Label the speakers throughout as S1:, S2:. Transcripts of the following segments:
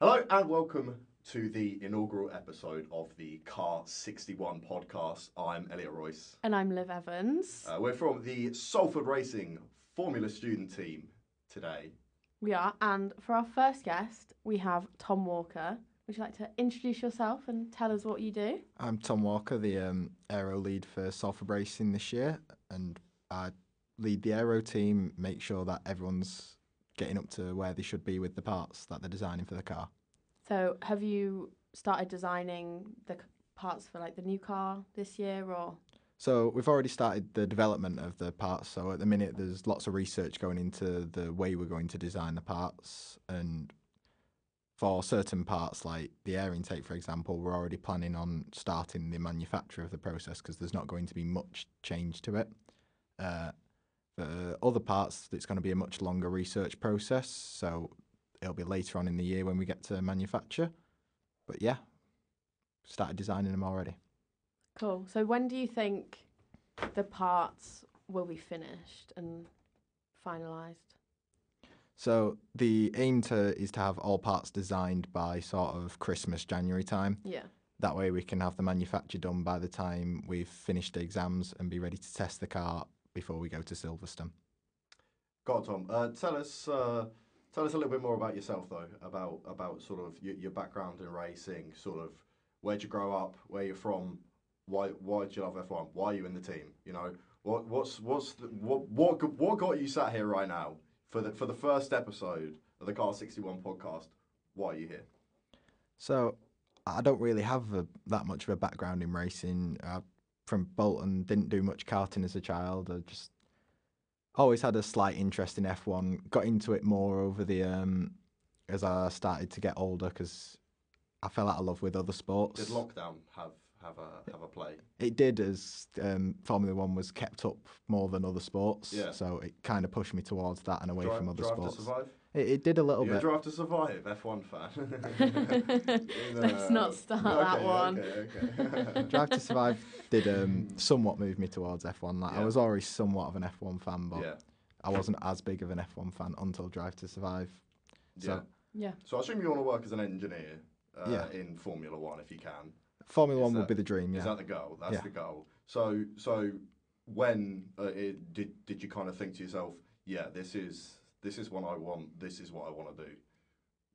S1: Hello and welcome to the inaugural episode of the Car 61 podcast. I'm Elliot Royce.
S2: And I'm Liv Evans.
S1: Uh, we're from the Salford Racing Formula Student Team today.
S2: we are, and for our first guest, we have Tom Walker. Would you like to introduce yourself and tell us what you do?
S3: I'm Tom Walker, the um, aero lead for Salford Racing this year, and I lead the aero team, make sure that everyone's getting up to where they should be with the parts that they're designing for the car.
S2: So, have you started designing the c- parts for like the new car this year, or
S3: So we've already started the development of the parts. So at the minute, there's lots of research going into the way we're going to design the parts, and for certain parts like the air intake, for example, we're already planning on starting the manufacture of the process because there's not going to be much change to it. Uh, for other parts, it's going to be a much longer research process. So it'll be later on in the year when we get to manufacture. But yeah, started designing them already.
S2: cool? So, when do you think the parts will be finished and finalized?
S3: So the aim to is to have all parts designed by sort of Christmas January time.
S2: Yeah.
S3: That way we can have the manufacture done by the time we've finished the exams and be ready to test the car before we go to Silverstone.
S1: Go on, Tom. Uh, tell us, uh, tell us a little bit more about yourself, though. About about sort of your, your background in racing. Sort of where'd you grow up? Where you're from? Why why do you love F1? Why are you in the team? You know what what's what's the, what what g- what got you sat here right now for the for the first episode of the Car sixty one podcast? Why are you here?
S3: So I don't really have a, that much of a background in racing. i from Bolton, didn't do much karting as a child. I just always had a slight interest in F1. Got into it more over the um, as I started to get older because I fell out of love with other sports.
S1: Did lockdown have have a have a play?
S3: It did, as um, Formula One was kept up more than other sports.
S1: Yeah.
S3: So it kind of pushed me towards that and away
S1: drive,
S3: from other
S1: drive
S3: sports.
S1: to survive.
S3: It, it did a little
S1: You're a
S3: bit.
S1: drive to survive F1 fan.
S2: Let's not start
S1: No,
S2: that
S1: okay,
S2: one.
S1: Okay, okay.
S3: Drive to Survive did um, somewhat move me towards F1. Like
S1: Yeah.
S3: I was already somewhat of an F1 fan, but
S1: yeah.
S3: I wasn't as big of an F1 fan until Drive to Survive. So
S1: yeah.
S2: Yeah.
S1: So I assume you want to work as an engineer uh,
S3: Yeah.
S1: in Formula One if you can. Is
S3: Formula One
S1: that-
S3: would be the dream,
S1: Is
S3: yeah.
S1: that the goal? That's
S3: Yeah.
S1: the goal. So so when uh, it, did did you kind of think to yourself, yeah, this is this is what I want. This is what I want to do.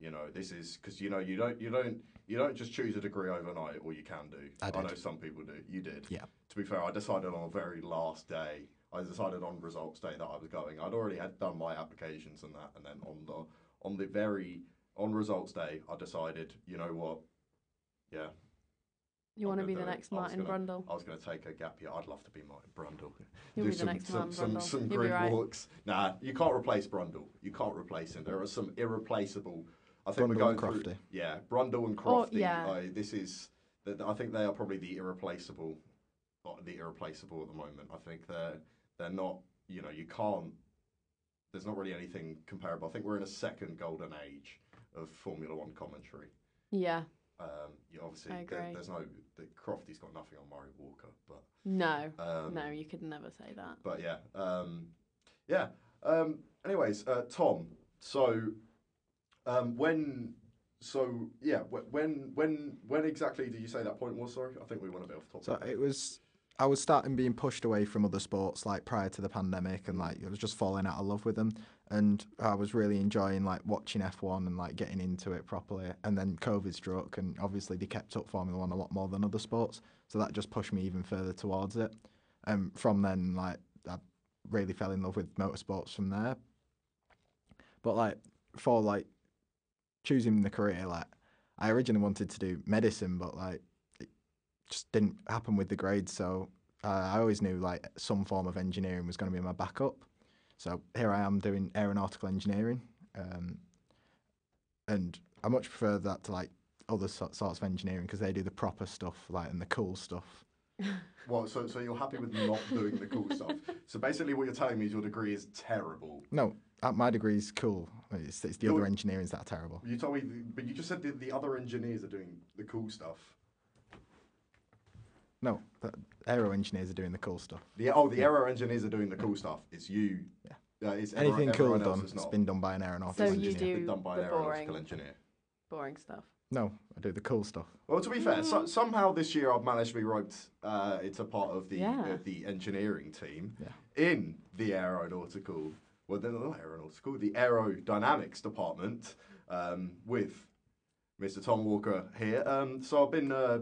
S1: You know, this is because you know you don't you don't you don't just choose a degree overnight, or you can do.
S3: I
S1: know
S3: did.
S1: some people do. You did.
S3: Yeah.
S1: To be fair, I decided on the very last day. I decided on results day that I was going. I'd already had done my applications and that, and then on the on the very on results day, I decided, you know what, yeah,
S2: You want to
S1: gonna
S2: be the
S1: do it.
S2: next
S1: I was
S2: Martin
S1: gonna-
S2: Brundle.
S1: I was going to take a gap year. I'd love to be Martin Brundle.
S2: You'll
S1: Do
S2: be the
S1: some,
S2: next
S1: some,
S2: Martin
S1: some,
S2: Brundle.
S1: some
S2: You'll be
S1: grid
S2: right.
S1: walks. Nah, you can't replace Brundle. You can't replace him. There are some irreplaceable. I think we're
S3: Brundle
S1: going
S3: and
S1: through.
S3: Crofty.
S1: Yeah, Brundle and
S2: Or-
S1: Crofty.
S2: Oh, yeah.
S1: I- this is. th- th- I think they are probably the irreplaceable. uh, The irreplaceable at the moment. I think they're they're not. You know, you can't. There's not really anything comparable. I think we're in a second golden age of Formula One commentary.
S2: Yeah.
S1: Um, you obviously,
S2: I
S1: there-
S2: agree.
S1: there's no the, Crofty's got nothing on Murray Walker, but
S2: No.
S1: um,
S2: no, you could never say that.
S1: But yeah, um, yeah. Um, anyways, uh, Tom. So um, when, so yeah, wh- when when when exactly did you say that point was? Sorry, I think we went a bit off topic.
S3: So it was. I was starting being pushed away from other sports like prior to the pandemic, and like I was just falling out of love with them. And I was really enjoying like watching F1 and like getting into it properly. And then COVID struck, and obviously they kept up Formula One a lot more than other sports, so that just pushed me even further towards it. And from then, like I really fell in love with motorsports from there. But like for like choosing the career, like I originally wanted to do medicine, but like just didn't happen with the grades. So uh, I always knew like some form of engineering was going to be my backup. So here I am doing aeronautical engineering, um, and I much prefer that to like other so- sorts of engineering because they do the proper stuff, like and the cool stuff.
S1: well, so so you're happy with not doing the cool stuff. So basically, what you're telling me is your degree is terrible.
S3: No, uh, my degree's cool. It's, it's the
S1: No.
S3: other engineerings that are terrible.
S1: You told me, but you just said the, the other engineers are doing the cool stuff.
S3: No, but aero engineers are doing the cool stuff.
S1: The oh, the aero engineers are doing the cool stuff. It's you. Yeah. Uh, it's everyone-
S3: Anything cool
S1: everyone else
S3: done,
S1: is
S3: it's
S1: not.
S3: been done by an aeronautical
S2: So you
S3: engineer.
S2: do
S1: been done by an
S2: the
S1: aeronautical
S2: boring.
S1: engineer.
S2: boring stuff.
S3: No, I do the cool stuff.
S1: Well, to be fair, so, somehow this year I've managed to be roped uh, into part of the
S2: Yeah.
S1: of the engineering team
S3: Yeah.
S1: in the aeronautical, well, then not aeronautical, the aerodynamics department um, with Mr. Tom Walker here. Um, so I've been uh,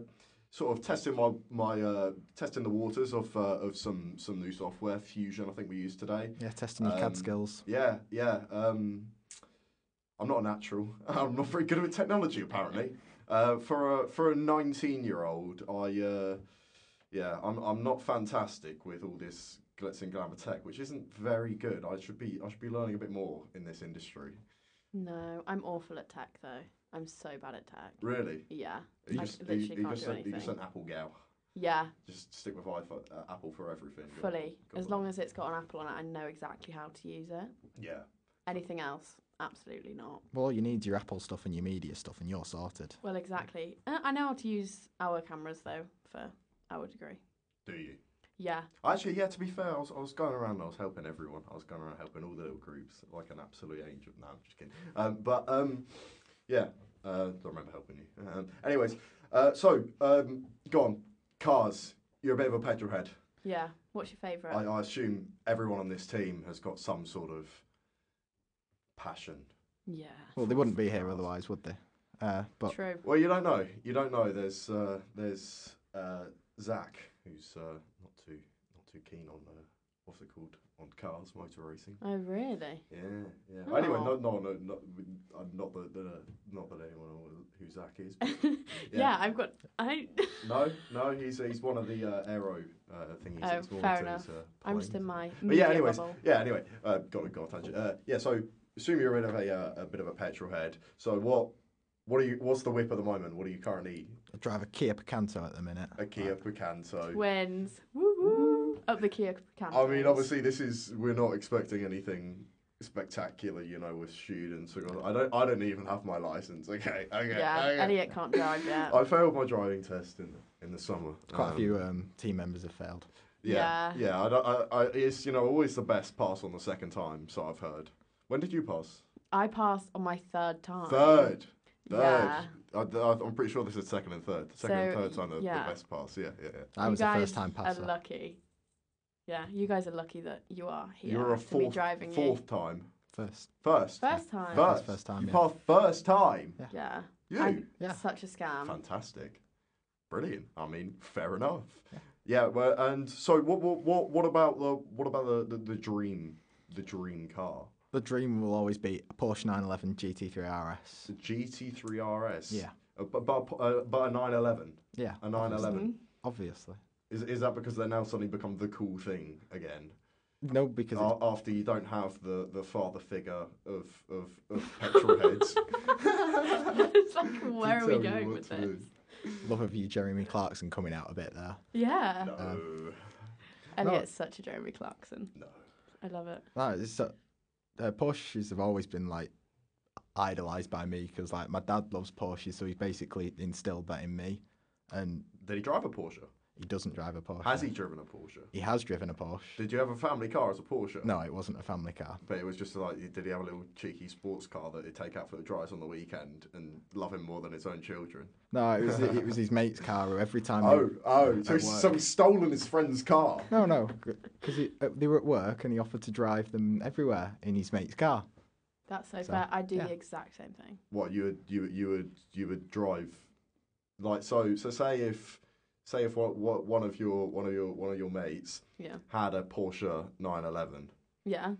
S1: sort of testing my my uh, testing the waters of uh, of some some new software, Fusion. I think we used today.
S3: Yeah, testing your
S1: Um,
S3: CAD skills.
S1: Yeah, yeah. Um, I'm not a natural. I'm not very good at technology, apparently. Uh, for a for a 19 year old, I uh, yeah, I'm I'm not fantastic with all this glitz and glamour tech, which isn't very good. I should be I should be learning a bit more in this industry.
S2: No, I'm awful at tech though. I'm so bad at tech.
S1: Really,
S2: Yeah,
S1: Are you
S2: I
S1: just, are
S2: literally
S1: you, are you
S2: can't
S1: just
S2: do
S1: an, are you just an
S2: anything.
S1: Apple gal.
S2: yeah,
S1: Just stick with iPhone, uh, Apple for everything. You're-
S2: fully.
S1: you're
S2: As
S1: fine.
S2: long as it's got an apple on it, I know exactly how to use it.
S1: yeah.
S2: Anything else, absolutely not.
S3: Well, all you need is your Apple stuff and your media stuff, and you're sorted.
S2: Well, exactly. Uh, I know how to use our cameras though for our degree.
S1: Do you?
S2: Yeah,
S1: Actually, yeah. To be fair, I was, I was going around. and I was helping everyone. I was going around helping all the little groups, like an absolute angel. No, I'm just kidding. Um, but um, yeah, uh, don't remember helping you. Um, anyways, uh, so um, go on. Cars. You're a bit of a petrol head.
S2: yeah. What's your favourite?
S1: I, I assume everyone on this team has got some sort of passion.
S2: yeah,
S3: Well, they wouldn't be here otherwise, would they? Uh, but
S2: true.
S1: Well, you don't know. You don't know. There's uh, there's uh, Zach, who's uh, not too not too keen on uh, what's it called on cars, motor racing.
S2: Oh, really?
S1: Yeah, yeah. Well, Anyway,
S2: Oh.
S1: no, no, no, no uh, not that, that, not that anyone knows who Zach is.
S2: yeah.
S1: but-
S2: I've got. I.
S1: no, no, he's he's one of the uh, aero uh, thingies.
S2: Oh,
S1: he's more
S2: fair
S1: into
S2: enough.
S1: his, uh,
S2: I'm just
S1: planes.
S2: in my.
S1: But yeah,
S2: media
S1: anyways,
S2: bubble.
S1: yeah. Anyway, uh, got to go on a tangent. Uh, yeah, so assume you're a bit of a uh, a bit of a petrol head. So what what are you? What's the whip at the moment? What do you currently?
S3: I drive a Kia Picanto at the minute.
S1: A Kia
S2: Uh,
S1: Picanto.
S2: Twins. Woo woo. Up the Kia Picanto.
S1: I mean, obviously, this is we're not expecting anything spectacular. You know, with students. or- I don't. I don't even have my license. Okay. Okay.
S2: Yeah,
S1: okay.
S2: Elliot can't drive yet.
S1: I failed my driving test in in the summer.
S3: Quite a
S1: Um,
S3: few um, team members have failed.
S1: Yeah,
S2: Yeah.
S1: yeah. I, don't- I, I, it's you know always the best pass on the second time. So I've heard. When did you pass?
S2: I passed on my third time.
S1: Third. Third.
S2: Yeah.
S1: I, am pretty sure this is second and third. Second and
S2: So,
S1: third time the,
S2: yeah.
S1: the best pass. Yeah, yeah, yeah.
S3: I
S2: You
S3: was a
S2: guys
S3: first time
S2: are
S3: passer.
S2: lucky. Yeah, you guys are lucky that you are here.
S1: you were a
S2: to be
S1: fourth
S2: driving
S1: fourth time.
S3: First.
S1: First.
S2: you. First time.
S1: First.
S3: First time,
S1: You
S3: yeah.
S1: passed first time.
S2: Yeah.
S1: You.
S2: I-
S3: Yeah.
S2: Such a
S3: Um,
S2: scam.
S1: Fantastic. Brilliant. I mean, fair enough. Yeah. well, and so what? What? What? What about the? What about the, the, the dream? The dream car.
S3: The dream will always be a Porsche 911 GT3 RS.
S1: The GT3 RS.
S3: Yeah.
S1: Uh, but but uh, but a 911.
S3: Yeah.
S1: A
S2: Mm-hmm.
S1: 911.
S3: Obviously.
S1: Is is that because they're now suddenly become the cool thing again?
S3: No, because it's
S1: A- after you don't have the, the father figure of of, of petrol heads.
S2: it's like, where are
S1: tell
S2: we
S1: you
S2: going
S1: what
S2: with
S1: to do.
S2: this?
S1: Oh.
S3: love of you, Jeremy Clarkson, coming out a bit there.
S2: Yeah.
S1: No,
S3: Um,
S2: Elliot's such a Jeremy Clarkson.
S1: no.
S2: I love it.
S3: No, it's so, uh, Porsches have always been like idolized by me because like my dad loves Porsches, so he's basically instilled that in me. And
S1: Did he drive a Porsche?
S3: he doesn't drive a Porsche.
S1: Has he driven a Porsche?
S3: He has driven a Porsche.
S1: Did you have a family car as a Porsche?
S3: No, it wasn't a family car.
S1: But it was just like, did he have a little cheeky sports car that he'd take out for the drives on the weekend and love him more than his own children?
S3: No, it was it was his mate's car. Who every time. he-
S1: Oh, oh, so
S3: At
S1: he's,
S3: work.
S1: so he's stolen his friend's car.
S3: No, no, because uh, they were at work and he offered to drive them everywhere in his mate's car.
S2: That's so,
S3: So,
S2: fair. I do
S3: yeah.
S2: the exact same thing.
S1: What you would you would- you would you would drive, like so so say if say if what, what one of your one of your one of your mates
S2: Yeah.
S1: had a Porsche 911
S2: Yeah.
S1: and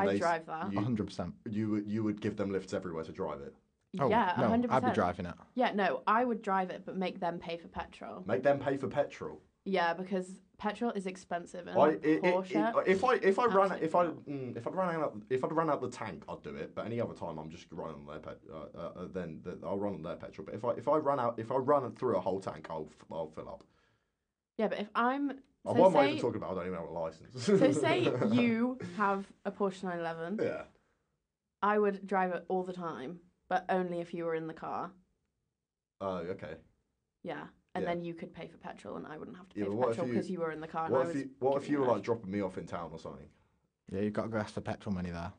S2: I
S1: they s-
S2: drive that.
S1: You,
S3: hundred percent.
S1: you would you would give them lifts everywhere to drive it.
S3: Oh,
S2: yeah,
S3: no,
S2: 100%.
S3: I'd be driving it.
S2: Yeah, no, I would drive it, but make them pay for petrol.
S1: Make them pay for petrol.
S2: Yeah, because petrol is expensive and
S1: I,
S2: a
S1: it,
S2: Porsche.
S1: it, it, if I if I ran
S2: Absolutely
S1: if I
S2: not.
S1: mm, if I ran out if I'd run out the tank I'd do it. But any other time I'm just running on their pet. Uh, uh, uh, then the, I'll run on their petrol. But if I if I run out if I run through a whole tank I'll f- I'll fill up.
S2: yeah, but if I'm
S1: Uh,
S2: so
S1: what am I
S2: say,
S1: even talking about? I don't even have a license.
S2: so say you have a Porsche 911,
S1: yeah.
S2: I would drive it all the time, but only if you were in the car.
S1: Oh okay.
S2: Yeah. And
S1: Yeah.
S2: then you could pay for petrol, and I wouldn't have to pay
S1: Yeah, but
S2: for
S1: what if
S2: petrol
S1: you-
S2: because you, were in the car. and I
S1: What if
S2: was
S1: you what if
S2: giving
S1: you
S2: you
S1: were
S2: a
S1: like dropping me off in town or something?
S3: Yeah, you've got to go ask for petrol money there.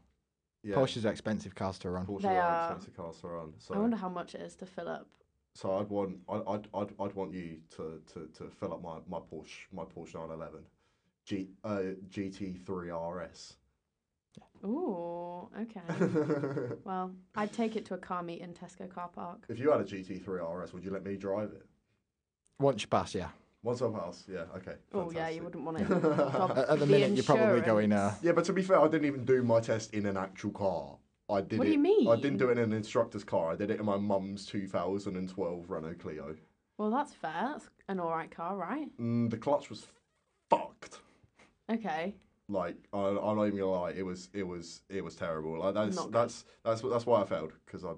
S1: yeah,
S3: Porsches are expensive cars to run.
S1: Porsche
S2: They
S1: are
S2: are.
S1: expensive cars to run. So
S2: I wonder how much it is to fill up.
S1: so I'd want I'd, I'd, I'd, I'd want you to, to, to fill up my, my Porsche my Porsche 911 G uh, GT3 RS.
S2: Ooh, okay. well, I'd take it to a car meet in Tesco car park.
S1: if you had a GT3 RS, would you let me drive it?
S3: Once you pass, yeah.
S1: Once I'm house, yeah, okay.
S2: Oh yeah, you
S1: fantastic.
S2: wouldn't want it. Prob-
S3: At, at the,
S2: the
S3: minute, you're probably going. Uh,
S2: insurance.
S1: Yeah, but to be fair, I didn't even do my test in an actual car. I did
S2: What
S1: it.
S2: do you mean?
S1: I didn't do it in an instructor's car. I did it in my mum's 2012 Renault Clio.
S2: Well, that's fair. That's an all right car, right?
S1: Mm, the clutch was fucked.
S2: Okay.
S1: Like I, I'm not even gonna lie, it was it was it was terrible. Like that's
S2: Not good.
S1: that's that's that's why I failed because I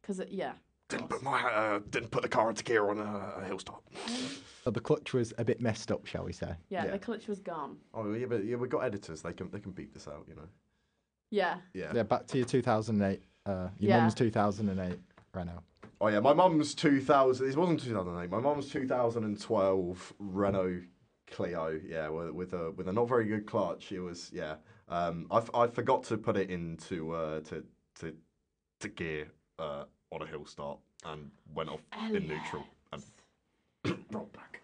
S2: Because yeah,
S1: didn't put my uh, didn't put the car into gear on a, a hilltop.
S3: so the clutch was a bit messed up, shall we say?
S2: yeah,
S1: Yeah.
S2: the clutch was gone.
S1: Oh yeah, but yeah, we've got editors. They can they can beep this out, you know.
S2: Yeah.
S1: Yeah.
S3: Yeah, back to your 2008. Uh, your
S2: Yeah.
S3: mum's 2008 Renault.
S1: Oh yeah, my mum's 2000. It wasn't 2008. My mum's 2012 Renault Clio. Yeah, with, with a with a not very good clutch. It was yeah. Um, I, f- I forgot to put it into uh to to to gear uh on a hill start and went off in neutral and rolled back.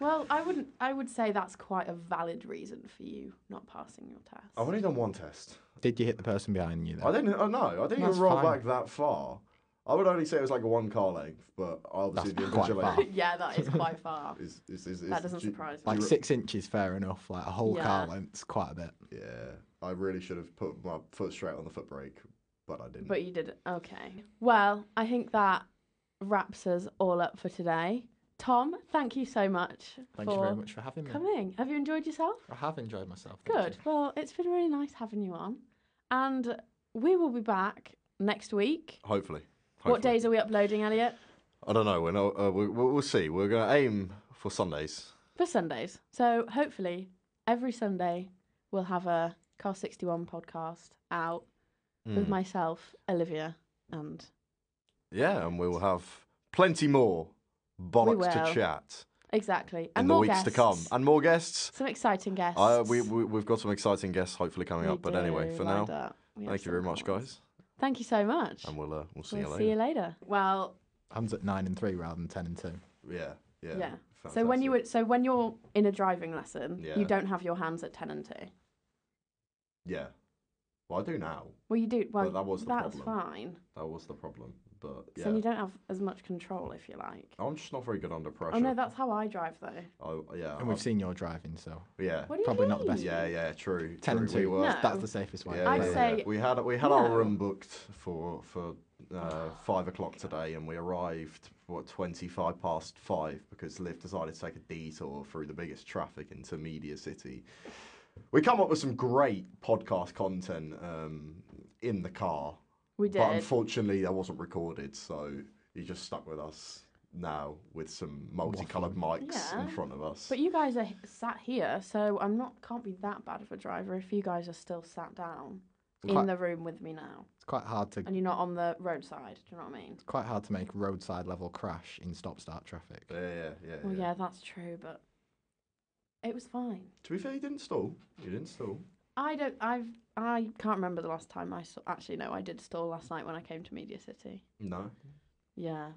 S2: Well, I wouldn't. I would say that's quite a valid reason for you not passing your test.
S1: I've only done one test.
S3: Did you hit the person behind you?
S1: I
S3: Then?
S1: didn't. Oh no, I didn't
S3: That's
S1: even roll
S3: fine.
S1: back that far. I would only say it was like a one car length, but obviously
S3: That's
S1: the
S3: quite
S1: invigilator
S3: far.
S2: yeah, that is quite far.
S1: is, is, is, is
S2: That doesn't
S1: do you-
S2: surprise me.
S1: do you
S3: Like
S1: re-
S3: six inches, fair enough. Like a whole car
S2: Yeah.
S3: length's quite a bit.
S1: Yeah, I really should have put my foot straight on the foot brake, but I didn't.
S2: But you did it. Okay. Well, I think that wraps us all up for today. Tom, thank you so much
S3: Thank
S2: for
S3: you very much for having me.
S2: coming. Have you enjoyed yourself?
S3: I have enjoyed myself. thank
S2: Good. Well, it's been really nice having you on. And we will be back next week.
S1: hopefully,
S2: What days are we uploading, Elliot?
S1: I don't know. We're not, uh, we, we'll, we'll see. We're going to aim for Sundays.
S2: For Sundays. So hopefully every Sunday we'll have a Car 61 podcast out
S1: Mm. Hmm.
S2: with myself, Olivia, and
S1: Yeah, and we will have plenty more
S2: We
S1: bollocks
S2: will.
S1: to chat
S2: exactly. And
S1: in the
S2: more
S1: weeks
S2: guests.
S1: to come, and more guests.
S2: Some exciting guests.
S1: Uh, we, we we've got some exciting guests hopefully coming
S2: We
S1: up. But anyway,
S2: do
S1: for now,
S2: lined up. We have
S1: thank you
S2: some
S1: very much,
S2: cool ones.
S1: guys,
S2: Thank you so much.
S1: and we'll uh, we'll see
S2: we'll
S1: you
S2: see you
S1: later.
S2: later. Well,
S3: you. Hands at nine and three rather than ten and two.
S1: Yeah, yeah.
S2: yeah. So when
S1: fantastic.
S2: you would, so when you're in a driving lesson,
S1: Yeah.
S2: you don't have your hands at ten and two.
S1: yeah, well I do now.
S2: Well, you do. Well,
S1: that was the
S2: that's
S1: problem.
S2: fine.
S1: That was the problem, but yeah,
S2: So you don't have as much control, if you like.
S1: I'm just not very good under pressure.
S2: Oh no, that's how I drive though.
S1: Oh yeah,
S3: And
S1: I've-
S3: we've seen your driving, so
S1: Yeah.
S2: What do you
S3: Probably
S2: mean?
S3: not the best.
S1: Yeah, yeah, true.
S3: ten
S1: true.
S3: and two.
S1: We were.
S2: No.
S3: That's the safest way.
S1: Yeah,
S2: Oh. I'd
S1: yeah,
S2: say-
S1: yeah. we had we had our
S2: no.
S1: room booked for for uh, five o'clock today, and we arrived what twenty five past five because Lyft decided to take a detour through the biggest traffic into Media City. We come up with some great podcast content um, in the car,
S2: We did.
S1: but unfortunately that wasn't recorded, so you just stuck with us now with some multicolored mics in
S2: Yeah.
S1: front of us.
S2: But you guys are h- sat here, so I'm not can't be that bad of a driver if you guys are still sat down in
S3: Quite-
S2: the room with me now,
S3: It's quite hard to
S2: and you're not on the roadside. Do you know what I mean?
S3: quite hard to make roadside level crash in stop start traffic.
S1: yeah, yeah, yeah,
S2: Well,
S1: yeah.
S2: yeah, that's true, but it was fine.
S1: To be fair, you didn't stall. You didn't stall.
S2: I don't. I've. I can't remember the last time I saw. Actually, no, I did stall last night when I came to Media City.
S1: No.
S2: Yeah,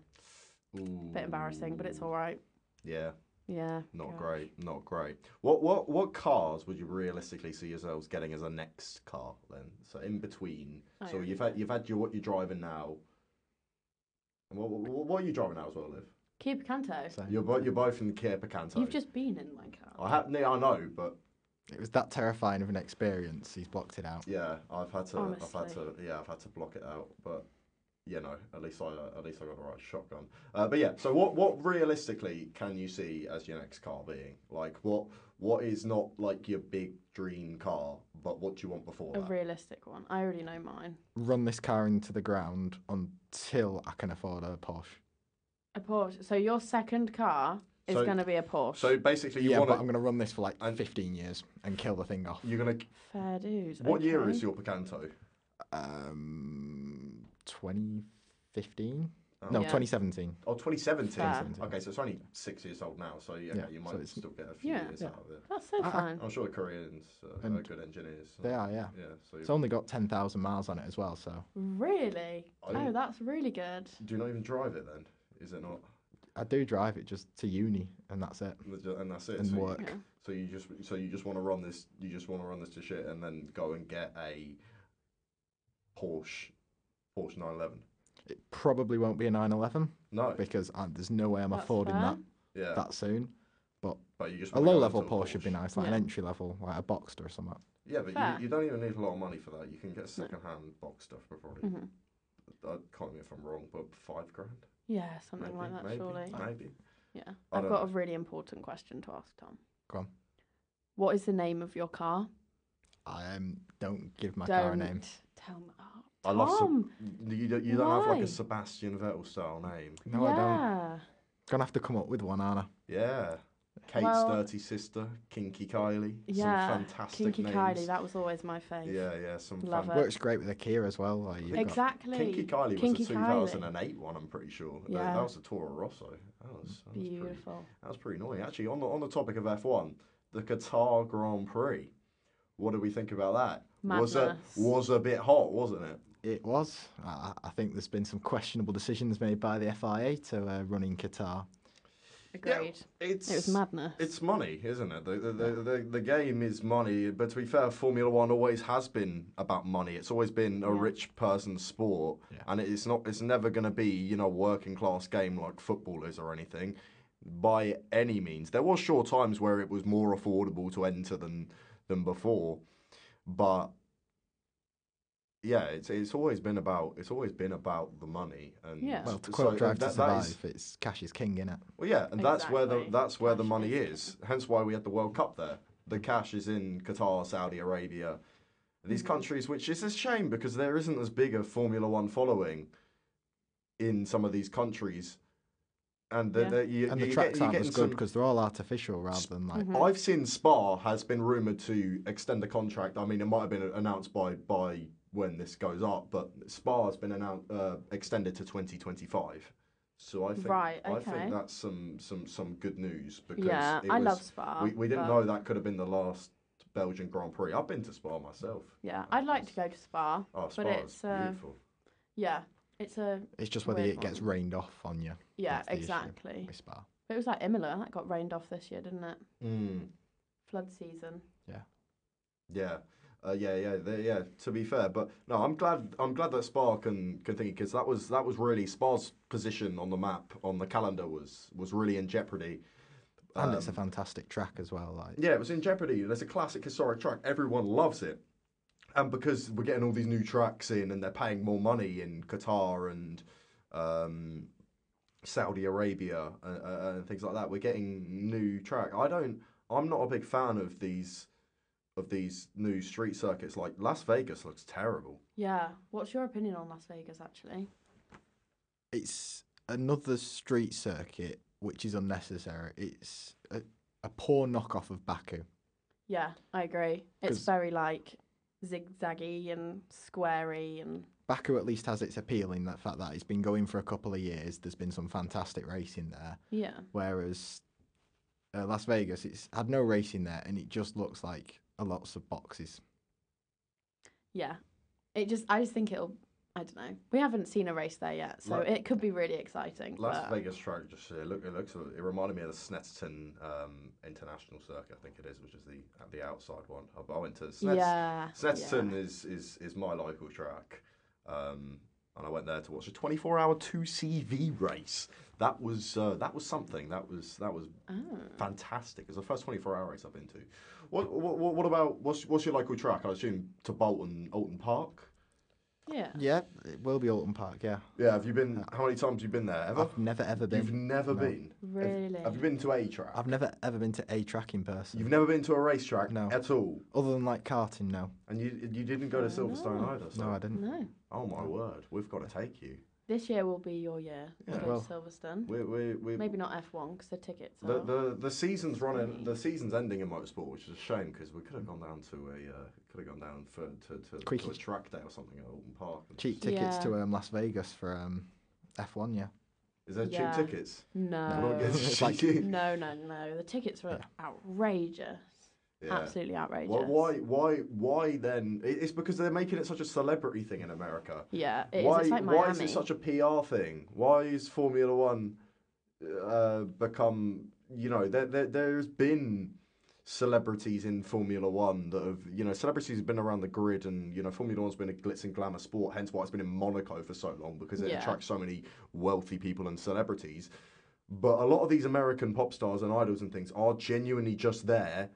S2: bit embarrassing, but it's all right.
S1: Yeah,
S2: Yeah.
S1: not
S2: gosh.
S1: great, not great. What what what cars would you realistically see yourselves getting as a next car then? So in between.
S2: I
S1: so you've
S2: agree.
S1: had you've had your what you're driving now. And what, what, what are you driving now as well, Liv?
S2: Kia Picanto.
S3: So
S1: You're both you're both in the Kia Picanto.
S2: You've just been in my car.
S1: I have, yeah, I know, but
S3: it was that terrifying of an experience. He's blocked it out.
S1: yeah, I've had to, I've had to,
S2: Honestly.
S1: yeah, I've had to block it out. But you know, at least I, at least I got the right shotgun. Uh, but yeah, so what, what realistically can you see as your next car being? Like, what, what is not like your big dream car, but what do you want before
S2: A
S1: that?
S2: realistic one. I already know mine.
S3: Run this car into the ground until I can afford a Porsche.
S2: A Porsche. So your second car is
S1: So-
S2: going to be a Porsche.
S1: so basically, you
S3: yeah, but I'm
S1: want
S3: going to run this for like
S1: And-
S3: 15 years and kill the thing off.
S1: to, you're gonna.
S2: Fair dues.
S1: What year
S2: okay.
S1: is your Picanto?
S3: Um, 2015.
S1: Oh.
S3: No,
S2: Yeah.
S3: 2017.
S1: Oh, 2017.
S2: Fair.
S1: Okay, so it's only six years old now, so yeah,
S3: Yeah,
S1: okay, you
S3: so
S1: might
S3: it's-
S1: still get a few
S2: Yeah.
S1: years
S3: Yeah.
S1: out of it.
S2: That's so
S3: I- I-
S2: fun.
S1: I'm sure the Koreans uh, are
S3: And
S1: good engineers. so-
S3: They are, yeah.
S1: Yeah, so
S3: It's only got 10,000 miles on it as well, so
S2: Really?
S1: I
S2: oh,
S1: don't-
S2: that's really good.
S1: do you not even drive it then? Is it not?
S3: I do drive it just to uni, and that's it.
S1: And that's it.
S3: And
S1: so you-
S3: work.
S2: Yeah.
S1: So you just so you just want to run this you just want to run this to shit and then go and get a Porsche Porsche 911.
S3: It probably won't be a 911
S1: No,
S3: because I, there's no way I'm
S2: That's
S3: affording
S2: fair.
S3: that
S1: yeah,
S3: that soon.
S1: but you just
S3: A
S1: wanna go
S3: low level
S1: into a
S3: Porsche would be nice, like
S2: Yeah.
S3: an entry level, like a Boxster or something.
S1: Yeah, but
S2: Fair.
S1: you, you don't even need a lot of money for that. You can get second hand box stuff for probably.
S2: Mhm.
S1: I can't remember if I'm wrong, but five grand.
S2: Yeah, something
S1: Maybe,
S2: like that,
S1: maybe,
S2: surely.
S1: Maybe.
S2: Yeah.
S1: I
S2: I've
S1: don't
S2: got
S1: know.
S2: a really important question to ask Tom.
S3: Go on.
S2: What is the name of your car?
S3: I um, don't give my car a name.
S2: Tell me. Oh,
S1: I love some-
S2: Tom.
S1: You don't, you don't have like
S2: Why?
S1: a Sebastian Vettel style name.
S3: No, I don't.
S2: yeah.
S3: Gonna have to come up with one, aren't I?
S1: Yeah. Kate's
S2: Well-
S1: dirty sister, Kinky Kylie.
S2: Yeah,
S1: Some fantastic
S2: Kinky
S1: names.
S2: Kylie, that was always my fave.
S1: Yeah, yeah, some
S2: Love
S1: fan-
S2: But-
S3: Works great with a Kia as well. Like you've got
S2: Exactly.
S1: Kinky Kylie
S2: Kinky
S1: was a
S2: Kylie.
S1: 2008 one, I'm pretty sure. Uh,
S2: Yeah.
S1: that was a Toro Rosso. That was, that was pretty.
S2: Beautiful.
S1: That was pretty annoying. Actually, on the on the topic of F1, the Qatar Grand Prix. What do we think about that? Was a
S2: Madness.
S1: was a bit hot, wasn't it?
S3: It was. I, I- I think there's been some questionable decisions made by the FIA to uh, run in Qatar.
S2: Agreed.
S1: It's
S2: It was madness.
S1: It's money, isn't it? The, the, the, the, the game is money, but to be fair, Formula One always has been about money. It's always been a
S2: Yeah.
S1: rich person's sport,
S3: Yeah.
S1: and it's not. It's never going to be you know working class game like football is or anything, by any means. There was sure times where it was more affordable to enter than than before, but yeah, it's it's always been about it's always been about the money and
S2: Yeah.
S3: Well, to
S1: so
S3: quote Drive to
S1: that- that
S3: Survive,
S1: is-
S3: it's cash is king, innit?
S1: well, yeah, and that's where the
S2: Exactly.
S1: that's where the
S2: Cash
S1: money
S2: is
S1: is. Hence why we had the World Cup there. The cash is in Qatar, Saudi Arabia, these
S2: Mm-hmm.
S1: countries, which is a shame because there isn't as big a Formula One following in some of these countries, and the,
S2: Yeah.
S1: the, you,
S3: And
S1: you
S3: the
S1: get-
S3: tracks
S1: you're
S3: aren't as
S1: getting
S3: good
S1: some-
S3: because they're all artificial rather than like.
S2: Mhm.
S1: I've seen Spa has been rumored to extend the contract. I mean, it might have been announced by by when this goes up, but Spa has been announced uh, extended to 2025. So I think
S2: Right,
S1: I
S2: okay.
S1: think that's some some some good news because
S2: yeah,
S1: it
S2: I
S1: was,
S2: love Spa.
S1: We, we didn't
S2: but-
S1: know that could have been the last Belgian Grand Prix. I've been to Spa myself.
S2: Yeah, I'd like to go to Spa.
S1: Oh, Spa
S2: it's,
S1: is
S2: uh,
S1: beautiful.
S2: Yeah, it's a
S3: It's just whether
S2: Weird
S3: it gets
S2: one.
S3: rained off on you.
S2: yeah,
S3: That's the issue.
S2: exactly.
S3: with Spa.
S2: But it was like Imola that got rained off this year, didn't it?
S1: Mm.
S2: Flood season.
S1: Yeah, uh, yeah, yeah, they, yeah. To be fair, but no, I'm glad. I'm glad that Spa can can think because that was that was really Spa's position on the map on the calendar was was really in jeopardy.
S3: And it's a
S1: Um,
S3: fantastic track as well. Like
S1: yeah, it was in jeopardy. There's a classic historic track. Everyone loves it, and because we're getting all these new tracks in, and they're paying more money in Qatar and um, Saudi Arabia and, uh, and things like that, we're getting new track. I don't. I'm not a big fan of these of these new street circuits. Like Las Vegas looks terrible.
S2: Yeah. What's your opinion on Las Vegas, actually?
S3: it's another street circuit which is unnecessary. It's a, a poor knockoff of Baku.
S2: Yeah, I agree. It's
S3: 'Cause-
S2: very like zigzaggy and squarey and
S3: Baku at least has its appeal in that fact that it's been going for a couple of years. There's been some fantastic racing there.
S2: yeah.
S3: whereas uh, Las Vegas, it's had no racing there, and it just looks like a lots of boxes.
S2: Yeah. It just I just think it'll I don't know. We haven't seen a race there yet, so
S1: La-
S2: it could be really exciting.
S1: Las
S2: but
S1: Vegas track just uh, look it looks it reminded me of the Snetterton um, International Circuit. I think it is, which is the the outside one. I, I went to Snetterton.
S2: yeah.
S1: Snetterton is, is is my local track, um, and I went there to watch a 24-hour 2CV race. That was uh, that was something. That was that was
S2: yeah. Oh.
S1: fantastic. It was the first 24-hour race I've been to. What what, what about what's what's your local track? I assume to Bolton Alton Park.
S2: Yeah.
S3: Yeah, it will be Alton Park. Yeah,
S1: Yeah, have you been? How many times have you been there ever?
S3: Uh, I've never ever
S1: You've
S3: been.
S1: never
S3: No.
S1: been. Have-
S2: Really.
S1: Have, you been to a track?
S3: I've never ever been to a track in person,
S1: You've never been to a racetrack
S3: No.
S1: at all,
S3: other than like karting. No,
S1: and you you didn't go to
S2: Oh, no.
S1: Silverstone either. So.
S3: no, I didn't.
S2: No.
S1: oh my word, we've got to take you.
S2: This year will be your year.
S1: Yeah,
S2: we'll go
S3: well,
S2: to Silverstone.
S1: We we we
S2: Maybe not F1 because the tickets
S1: The,
S2: are.
S1: the the season's running.
S2: Funny.
S1: The season's ending in motorsport, which is a shame because we could have gone down to a uh, could have gone down for to to, to a
S3: Quickie.
S1: track day or something at Alton Park. and
S3: Cheap
S1: just-
S3: tickets
S2: Yeah.
S3: to um, Las Vegas for um, F1, yeah.
S1: Is there
S2: Yeah. Uh,
S1: cheap tickets?
S2: No.
S1: Everyone gets
S3: It's like-
S1: cheap-
S2: no, no, no. The tickets were
S3: Yeah.
S2: outrageous.
S1: yeah.
S2: Absolutely outrageous.
S1: Why, why, why, why then? It- It's because they're making it such a celebrity thing in America.
S2: Yeah, it is.
S1: why,
S2: It's like Miami.
S1: why is it such a PR thing? Why is Formula One uh, become? You know, there, there, there's been celebrities in Formula One that have, you know, celebrities have been around the grid, and you know, Formula One's been a glitz and glamour sport. Hence why it's been in Monaco for so long because it
S2: Yeah.
S1: attracts so many wealthy people and celebrities. But a lot of these American pop stars and idols and things are genuinely just there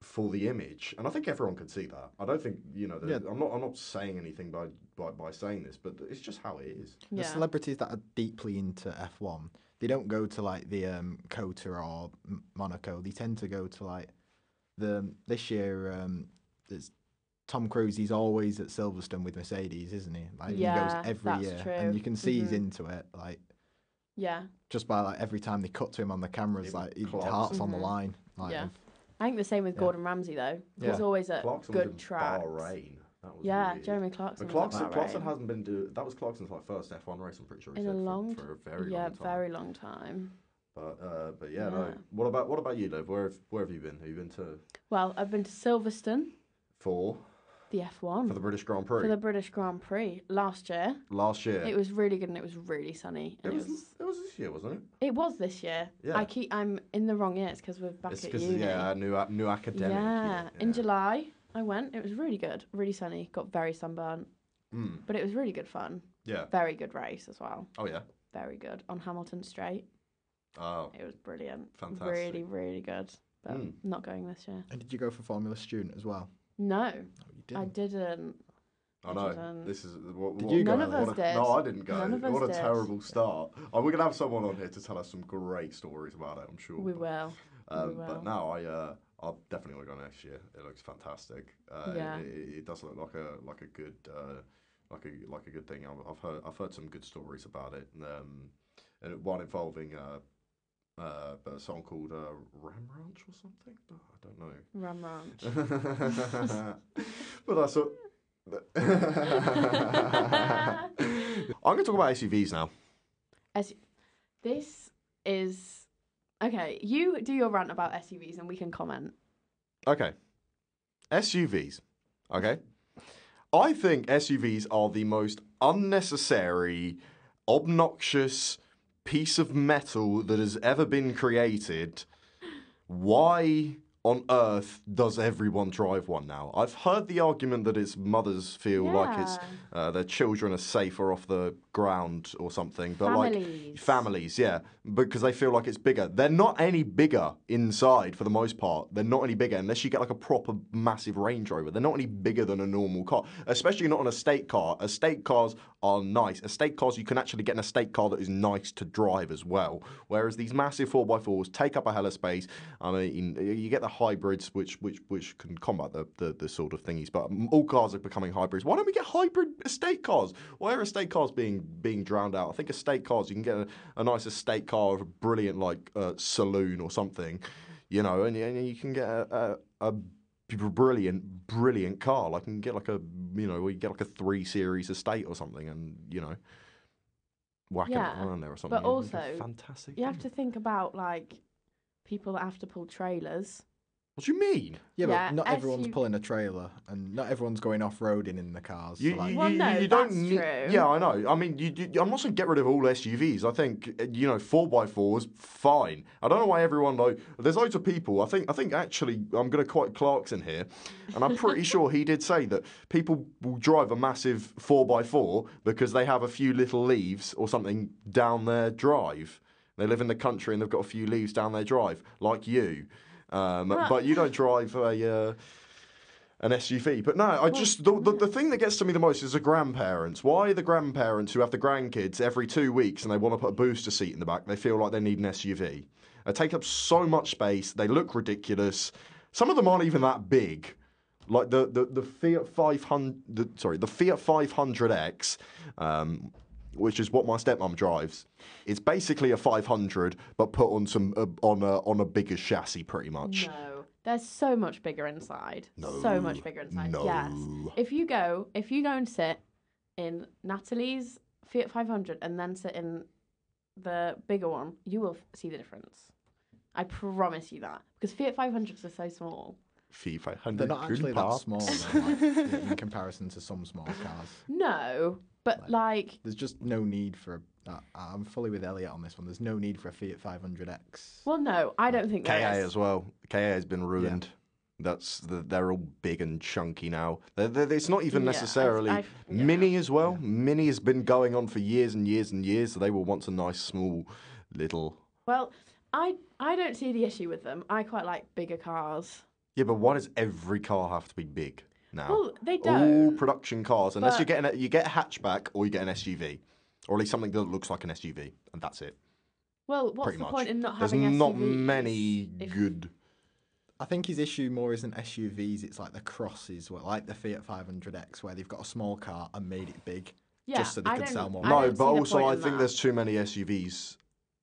S1: for the image, and I think everyone could see that. I don't think you know. there's- I'm not. I'm not saying anything by, by by saying this, but it's just how it is.
S2: yeah.
S3: The celebrities that are deeply into F1, they don't go to like the um, Cota or M- Monaco. They tend to go to like the this year. Um, it's Tom Cruise. He's always at Silverstone with Mercedes, isn't he? Like he
S2: Yeah,
S3: goes every
S2: that's
S3: year,
S2: true.
S3: and you can see he's
S2: Mhm.
S3: into it. Like
S2: yeah.
S3: just by like every time they cut to him on the cameras,
S1: It
S3: like his
S1: clogs.
S3: heart's on the
S2: Mhm.
S3: line. Like,
S2: Yeah. I think the same with
S3: Yeah.
S2: Gordon Ramsay though. He's
S3: Yeah.
S2: always at
S1: Clarkson was
S2: Uh, good
S1: in
S2: tracks.
S1: Bahrain. That was
S2: Yeah,
S1: weird.
S2: Jeremy Clarkson.
S1: But
S2: was at
S1: Clarkson,
S2: Bahrain.
S1: Clarkson hasn't been do. That was Clarkson's like first F1 race. I'm pretty sure. He
S2: In a
S1: said, for-
S2: long-
S1: for, a very
S2: yeah,
S1: long time.
S2: very long time.
S1: But uh, but yeah, no.
S2: Yeah.
S1: What about what about you, Liv? Where have where have you been? Have you been to
S2: Well, I've been to Silverstone,
S1: for
S2: the F1
S1: for the British Grand Prix
S2: Um, for the British Grand Prix last year.
S1: last year?
S2: It was really good and it was really sunny.
S1: It
S2: And
S1: was, it was this year, wasn't it?
S2: It was this year.
S1: Yeah.
S2: I keep I'm in the wrong year. It's because we're back
S1: it's
S2: at
S1: because
S2: uni.
S1: yeah, a new a- new uh, academic.
S2: yeah.
S1: year,
S2: In July, I went. It was really good. Really sunny. Got very sunburnt,
S1: Mm,
S2: but it was really good fun.
S1: yeah.
S2: Very good race as well.
S1: Oh yeah.
S2: Very good on Hamilton Straight.
S1: Oh.
S2: It was brilliant.
S1: Fantastic.
S2: Really, really good. But
S1: Mm.
S2: not going this year.
S3: and did you go for Formula Student as well?
S2: No,
S3: No, you
S2: I didn't.
S1: I
S2: I
S1: know.
S2: didn't.
S1: This is what,
S3: Did
S1: what,
S3: you go?
S2: None of
S1: what
S2: us
S1: a-
S2: did.
S1: No, I didn't go.
S2: None of us
S1: what a
S2: did.
S1: terrible start. Oh, we're gonna have someone on here to tell us some great stories about it. I'm sure.
S2: We
S1: but,
S2: will.
S1: Um,
S2: we will.
S1: But no, I uh, I'll definitely want to go next year. It looks fantastic. Uh,
S2: Yeah.
S1: It, it, it does look like a like a good uh, like a like a good thing. I've, I've heard I've heard some good stories about it. and, Um, and one involving uh, uh, a song called uh, Ram Ranch or something. But I don't know.
S2: Ram Ranch.
S1: but I saw. I'm going to talk about SUVs now.
S2: this is okay. You do your rant about SUVs, and we can comment.
S1: Okay. SUVs. Okay. I think SUVs are the most unnecessary, obnoxious piece of metal that has ever been created. Why on earth does everyone drive one now? I've heard the argument that its mothers feel like it's
S2: Yeah.
S1: uh, their children are safer off the ground or something, but like
S2: Families.
S1: families, yeah, because they feel like it's bigger. They're not any bigger inside for the most part. They're not any bigger unless you get like a proper massive Range Rover. They're not any bigger than a normal car, especially not an estate car. Estate cars are nice. Estate cars, you can actually get an estate car that is nice to drive as well. Whereas these massive 4x4s take up a hell of space. I mean, you get the hybrids, which which which can combat the, the, the sort of thingies, but all cars are becoming hybrids. Why don't we get hybrid estate cars? Why are estate cars being being drowned out? I think estate cars, you can get a, a nice estate car of a brilliant like uh, saloon or something, you know, and, and you can get a, a, a brilliant, brilliant car. Like you can get like a, you know, you get like a three series estate or something and, you know, whack
S2: Yeah,
S1: it on there or something. It'd be
S2: also,
S1: fantastic.
S2: You have
S1: thing.
S2: to think about like people that have to pull trailers.
S1: What do you mean?
S3: Yeah, but
S2: Yeah,
S3: not everyone's
S2: SUV
S3: pulling a trailer, and not everyone's going off roading in the cars. so,
S1: You,
S3: like,
S1: you,
S2: Well,
S1: you-
S2: no,
S1: you don't
S2: that's
S1: need-
S2: true.
S1: Yeah, I know. I mean, you, you, I'm not saying get rid of all SUVs. I think uh, you know four by fours fine. I don't know why everyone though. There's loads of people. I think I think actually I'm going to quote Clarkson here, and I'm pretty sure he did say that people will drive a massive four by four because they have a few little leaves or something down their drive. They live in the country and they've got a few leaves down their drive, like you. Um, But you don't drive a. Uh, an SUV. But no, I just the, the, the thing that gets to me the most is the grandparents. Why are the grandparents who have the grandkids every two weeks and they want to put a booster seat in the back? They feel like they need an SUV. They take up so much space. They look ridiculous. Some of them aren't even that big. Like the, the, the Fiat 500, the, sorry, the Fiat 500X, um, which is what my stepmom drives. It's basically a 500, but put on some uh, on a on a bigger chassis, pretty much.
S2: No, they're so much bigger inside. so much bigger inside. Yes.
S1: no.
S2: If you go, if you go and sit in Natalie's Fiat 500 and then sit in the bigger one, you will f- see the difference. I promise you that because Fiat 500s are so small.
S1: Fifa hundred.
S3: They're not actually that small though, like, in comparison to some small cars.
S2: No, but like
S3: There's just no need for. A, uh, I'm fully with Elliot on this one. There's no need for a Fiat 500X.
S2: Well, no, I don't think
S1: KA
S2: there is.
S1: as well. KA has been ruined. That's the, they're all big and chunky now. They're, they're, it's not even
S2: Yeah, I've-
S1: necessarily
S2: I've- yeah.
S1: Mini as well. Mini has been going on for years and years and years. So they were once a nice small little.
S2: Well, I I don't see the issue with them. I quite like bigger cars.
S1: Yeah, but why does every car have to be big now?
S2: Well, they
S1: all
S2: don't.
S1: production cars, unless
S2: But-
S1: you get an, you get a hatchback or you get an SUV, or at least something that looks like an SUV, and that's it.
S2: Well, what's
S1: pretty
S2: the
S1: much.
S2: point in not
S1: There's
S2: having
S1: not
S2: SUVs?
S1: many
S2: if-
S1: good.
S3: I think his issue more isn't SUVs. It's like the crosses, where, like the Fiat 500X, where they've got a small car and made it big.
S2: Yeah,
S3: just so they
S2: I
S3: could
S2: don't-
S3: sell more.
S2: I
S1: No,
S2: don't see
S1: but
S2: the
S1: also
S2: point
S1: I
S2: in
S1: think
S2: that.
S1: there's too many SUVs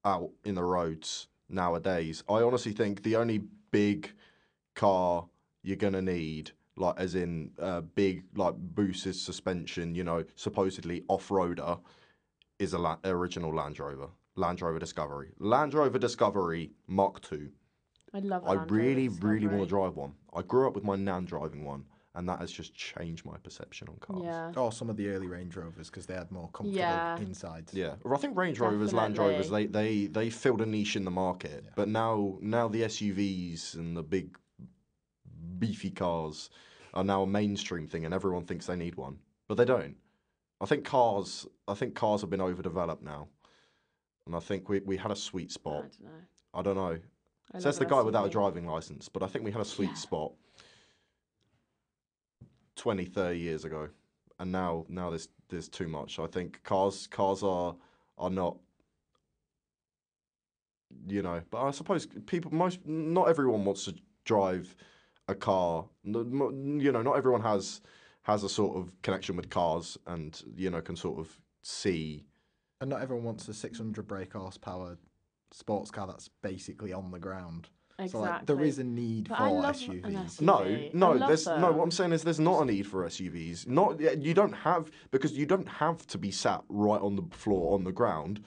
S1: out in the roads nowadays. I honestly think the only big car you're gonna need, like as in uh, big like boosted suspension, you know, supposedly off roader, is a la- original Land Rover, Land Rover Discovery, Land Rover Discovery Mark II.
S2: I'd love. a
S1: I
S2: Land Rover
S1: really, really want
S2: Discovery.
S1: to drive one. I grew up with my nan driving one, and that has just changed my perception on cars.
S2: Yeah.
S3: Or some of the early Range Rovers because they had more comfortable
S2: Yeah.
S3: insides.
S1: Yeah, well, I think Range Rovers, Land Rovers, they, they
S2: Definitely.
S1: they filled a niche in the market, but now now the SUVs and the big beefy cars are now a mainstream thing, and everyone thinks they need one, but they don't. I think cars, I think cars have been overdeveloped now, and I think we, we had a sweet
S2: I
S1: spot.
S2: don't know.
S1: I don't know.
S2: I love
S1: Says the
S2: an
S1: guy without a
S2: SUV.
S1: driving license, but I think we had a sweet
S2: Yeah.
S1: spot 20, 30 years ago, and now now there's there's too much. I think cars cars are are not you know, but I suppose people most not everyone wants to drive a car. N- m- You know, not everyone has has a sort of connection with cars, and you know can sort of see.
S3: And not everyone wants a 600 brake horsepower sports car that's basically on the ground. So
S2: Exactly.
S3: like, there is a need
S2: But
S3: for
S2: I love
S3: SUVs.
S2: an
S1: No,
S2: SUV. I
S1: no,
S2: love
S1: there's no. What
S2: them.
S1: I'm saying is there's not a need for SUVs. Not yeah, you don't have because you don't have to be sat right on the floor on the ground.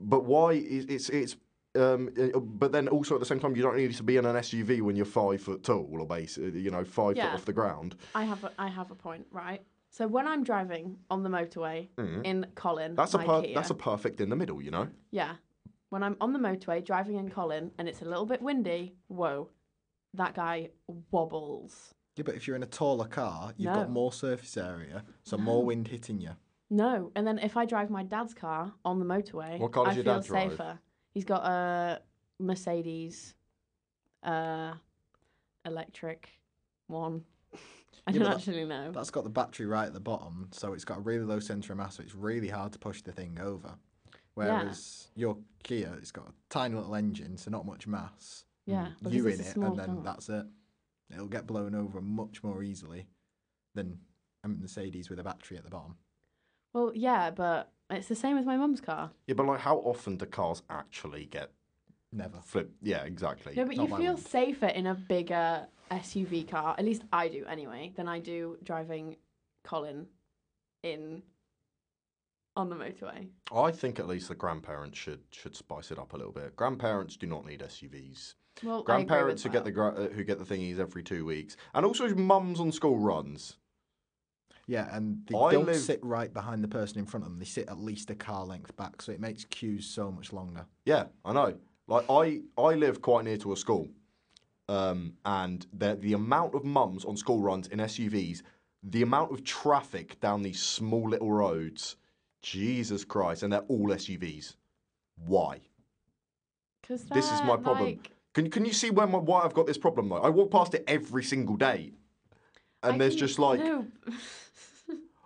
S1: But why is it's it's. Um, uh, but then also at the same time, you don't need to be in an SUV when you're five foot tall or basically, you know, five
S2: Yeah.
S1: foot off the ground.
S2: I have a, I have a point, right? So when I'm driving on the motorway in Colin,
S1: Mm. Mm-hmm. That's a
S2: my
S1: per-
S2: Kia-
S1: that's a perfect in the middle, you know.
S2: yeah. When I'm on the motorway driving in Colin and it's a little bit windy, whoa, that guy wobbles.
S3: Yeah, but if you're in a taller car, you've got
S2: No.
S3: more surface area, so more wind hitting you.
S2: No, and then if I drive my dad's car on the motorway,
S1: What car does
S2: I
S1: your
S2: feel
S1: dad drive?
S2: safer. He's got a Mercedes, uh, electric one. I don't
S3: Yeah, but that-
S2: actually know.
S1: Mm,
S3: That's got the battery right at the bottom, so it's got a really low centre of mass, so it's really hard to push the thing over. Whereas your Kia, it's got a tiny little engine, so not much mass.
S2: yeah, because
S3: you
S2: it's
S3: in
S2: a
S3: it,
S2: small
S3: and then
S2: car.
S3: that's it. It'll get blown over much more easily than a Mercedes with a battery at the bottom.
S2: Well, yeah, but it's the same as my mum's car.
S1: Yeah, but like, how often do cars actually get
S3: Never.
S1: flipped? Yeah, exactly.
S2: No, but
S3: Not
S2: you
S3: by
S2: feel
S3: wind.
S2: safer in a bigger SUV car. At least I do, anyway, than I do driving Colin in on the motorway.
S1: I think at least the grandparents should should spice it up a little bit. Grandparents do not need SUVs.
S2: Well, I agree with
S1: grandparents who get the
S2: that.
S1: gra- uh, who get the thingies every two weeks, and also mums on school runs.
S3: Yeah, and they
S1: I
S3: don't
S1: live-
S3: sit right behind the person in front of them. They sit at least a car length back, so it makes queues so much longer.
S1: Yeah, I know. Like I I live quite near to a school, um, and the the amount of mums on school runs in SUVs, the amount of traffic down these small little roads, Jesus Christ, and they're all SUVs. Why?
S2: 'Cause
S1: This is my
S2: they're,
S1: problem.
S2: like-
S1: Can can you see where my, why I've got this problem though? I walk past it every single day, and
S2: I
S1: there's
S2: can-
S1: just like.
S2: no.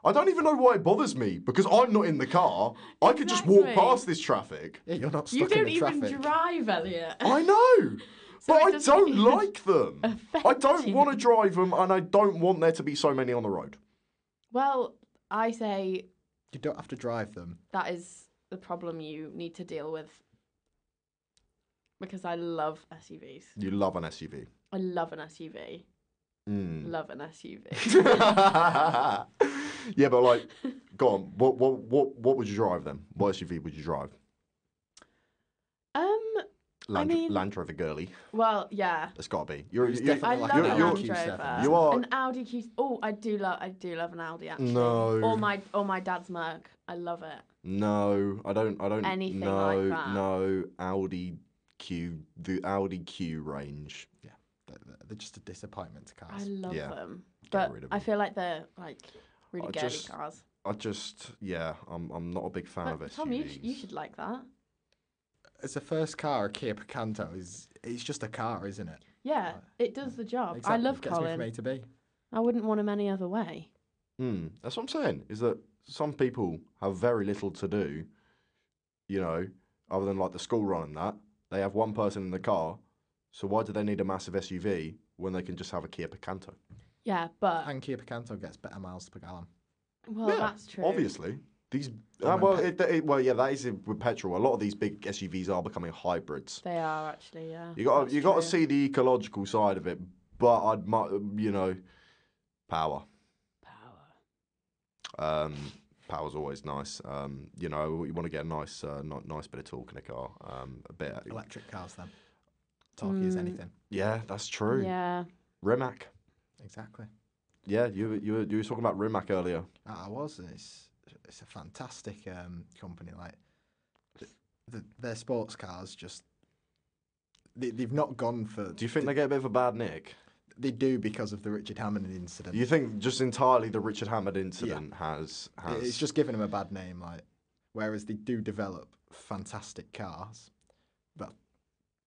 S1: I don't even know why it bothers me because I'm not in the car. I could just walk
S2: Exactly.
S1: past this traffic.
S3: Yeah, you're not stuck
S2: you
S3: in
S2: don't
S3: the
S2: even
S3: traffic.
S2: drive, Elliot.
S1: I know,
S2: So
S1: but
S2: it
S1: I
S2: doesn't
S1: don't
S2: even
S1: like them. I
S2: affect
S1: don't
S2: you.
S1: want to drive them, and I don't want there to be so many on the road.
S2: Well, I say
S3: You don't have to drive them.
S2: that is the problem you need to deal with because I love SUVs.
S1: You love an SUV.
S2: I love an SUV.
S1: Mm.
S2: Love an SUV.
S1: yeah, but like, go on. What what what what would you drive then? What SUV would you drive?
S2: Um.
S1: Land,
S2: mean-
S1: Land Rover girly.
S2: Well, yeah.
S1: It's got to be. You're,
S3: It's
S1: you're,
S2: I
S3: definitely like
S2: love
S1: an
S2: an
S1: Audi
S2: Land
S3: Q7.
S2: Rover.
S1: you are.
S2: An Audi Q. Oh, I do love. I do love an Audi actually.
S1: No.
S2: Or my or my dad's Merc. I love it.
S1: No, I don't. I don't.
S2: Anything
S1: no,
S2: like that.
S1: No, Audi Q, the Audi Q range.
S3: They're, they're just a disappointment to
S2: I
S3: cars.
S2: love
S1: yeah,
S2: them. But
S1: rid of
S2: I
S1: them.
S2: feel like they're like really
S1: I
S2: girly
S1: just-
S2: cars.
S1: I just, yeah, I'm, I'm not a big fan of
S2: But
S1: SUVs.
S2: Tom, you, sh- you should like that.
S3: As a first car, a Kia Picanto is it's just a car, isn't it?
S2: Yeah,
S3: Right.
S2: it does the job. I
S3: Exactly,
S2: love
S3: gets me from A
S2: Colin.
S3: to B.
S2: I wouldn't want him any other way.
S1: Hmm, that's what I'm saying. Is that some people have very little to do, you know, other than like the school run and that. They have one person in the car, so why do they need a massive SUV when they can just have a Kia Picanto?
S2: Yeah, but
S3: And Kia Picanto gets better miles per gallon.
S2: well,
S1: Yeah,
S2: that's true.
S1: Obviously, these.
S3: Oh,
S1: Uh,
S3: and
S1: well,
S3: pe-
S1: it, it, well, yeah, that is it with petrol. A lot of these big SUVs are becoming hybrids.
S2: They are actually. Yeah.
S1: You got
S2: that's
S1: you got to
S2: true.
S1: see the ecological side of it, but I'd mu- you know, power.
S2: power.
S1: Um, power's always nice. Um, you know, you want to get a nice, uh, ni- nice bit of torque in a car. Um, a bit.
S3: Electric cars, then. Talkie is
S2: Mm.
S3: anything.
S1: Yeah, that's true.
S2: Yeah.
S1: Rimac.
S3: Exactly.
S1: Yeah, you were- you were, you were talking about Rimac earlier.
S3: Ah, I was. and It's it's a fantastic um, company. Like th the, their sports cars, just they, they've not gone for.
S1: Do you think they get a bit of a bad nick?
S3: they do because of the Richard Hammond incident?
S1: You think just entirely the Richard Hammond incident has
S3: It-
S1: has
S3: It's just giving them a bad name. Like, whereas they do develop fantastic cars, but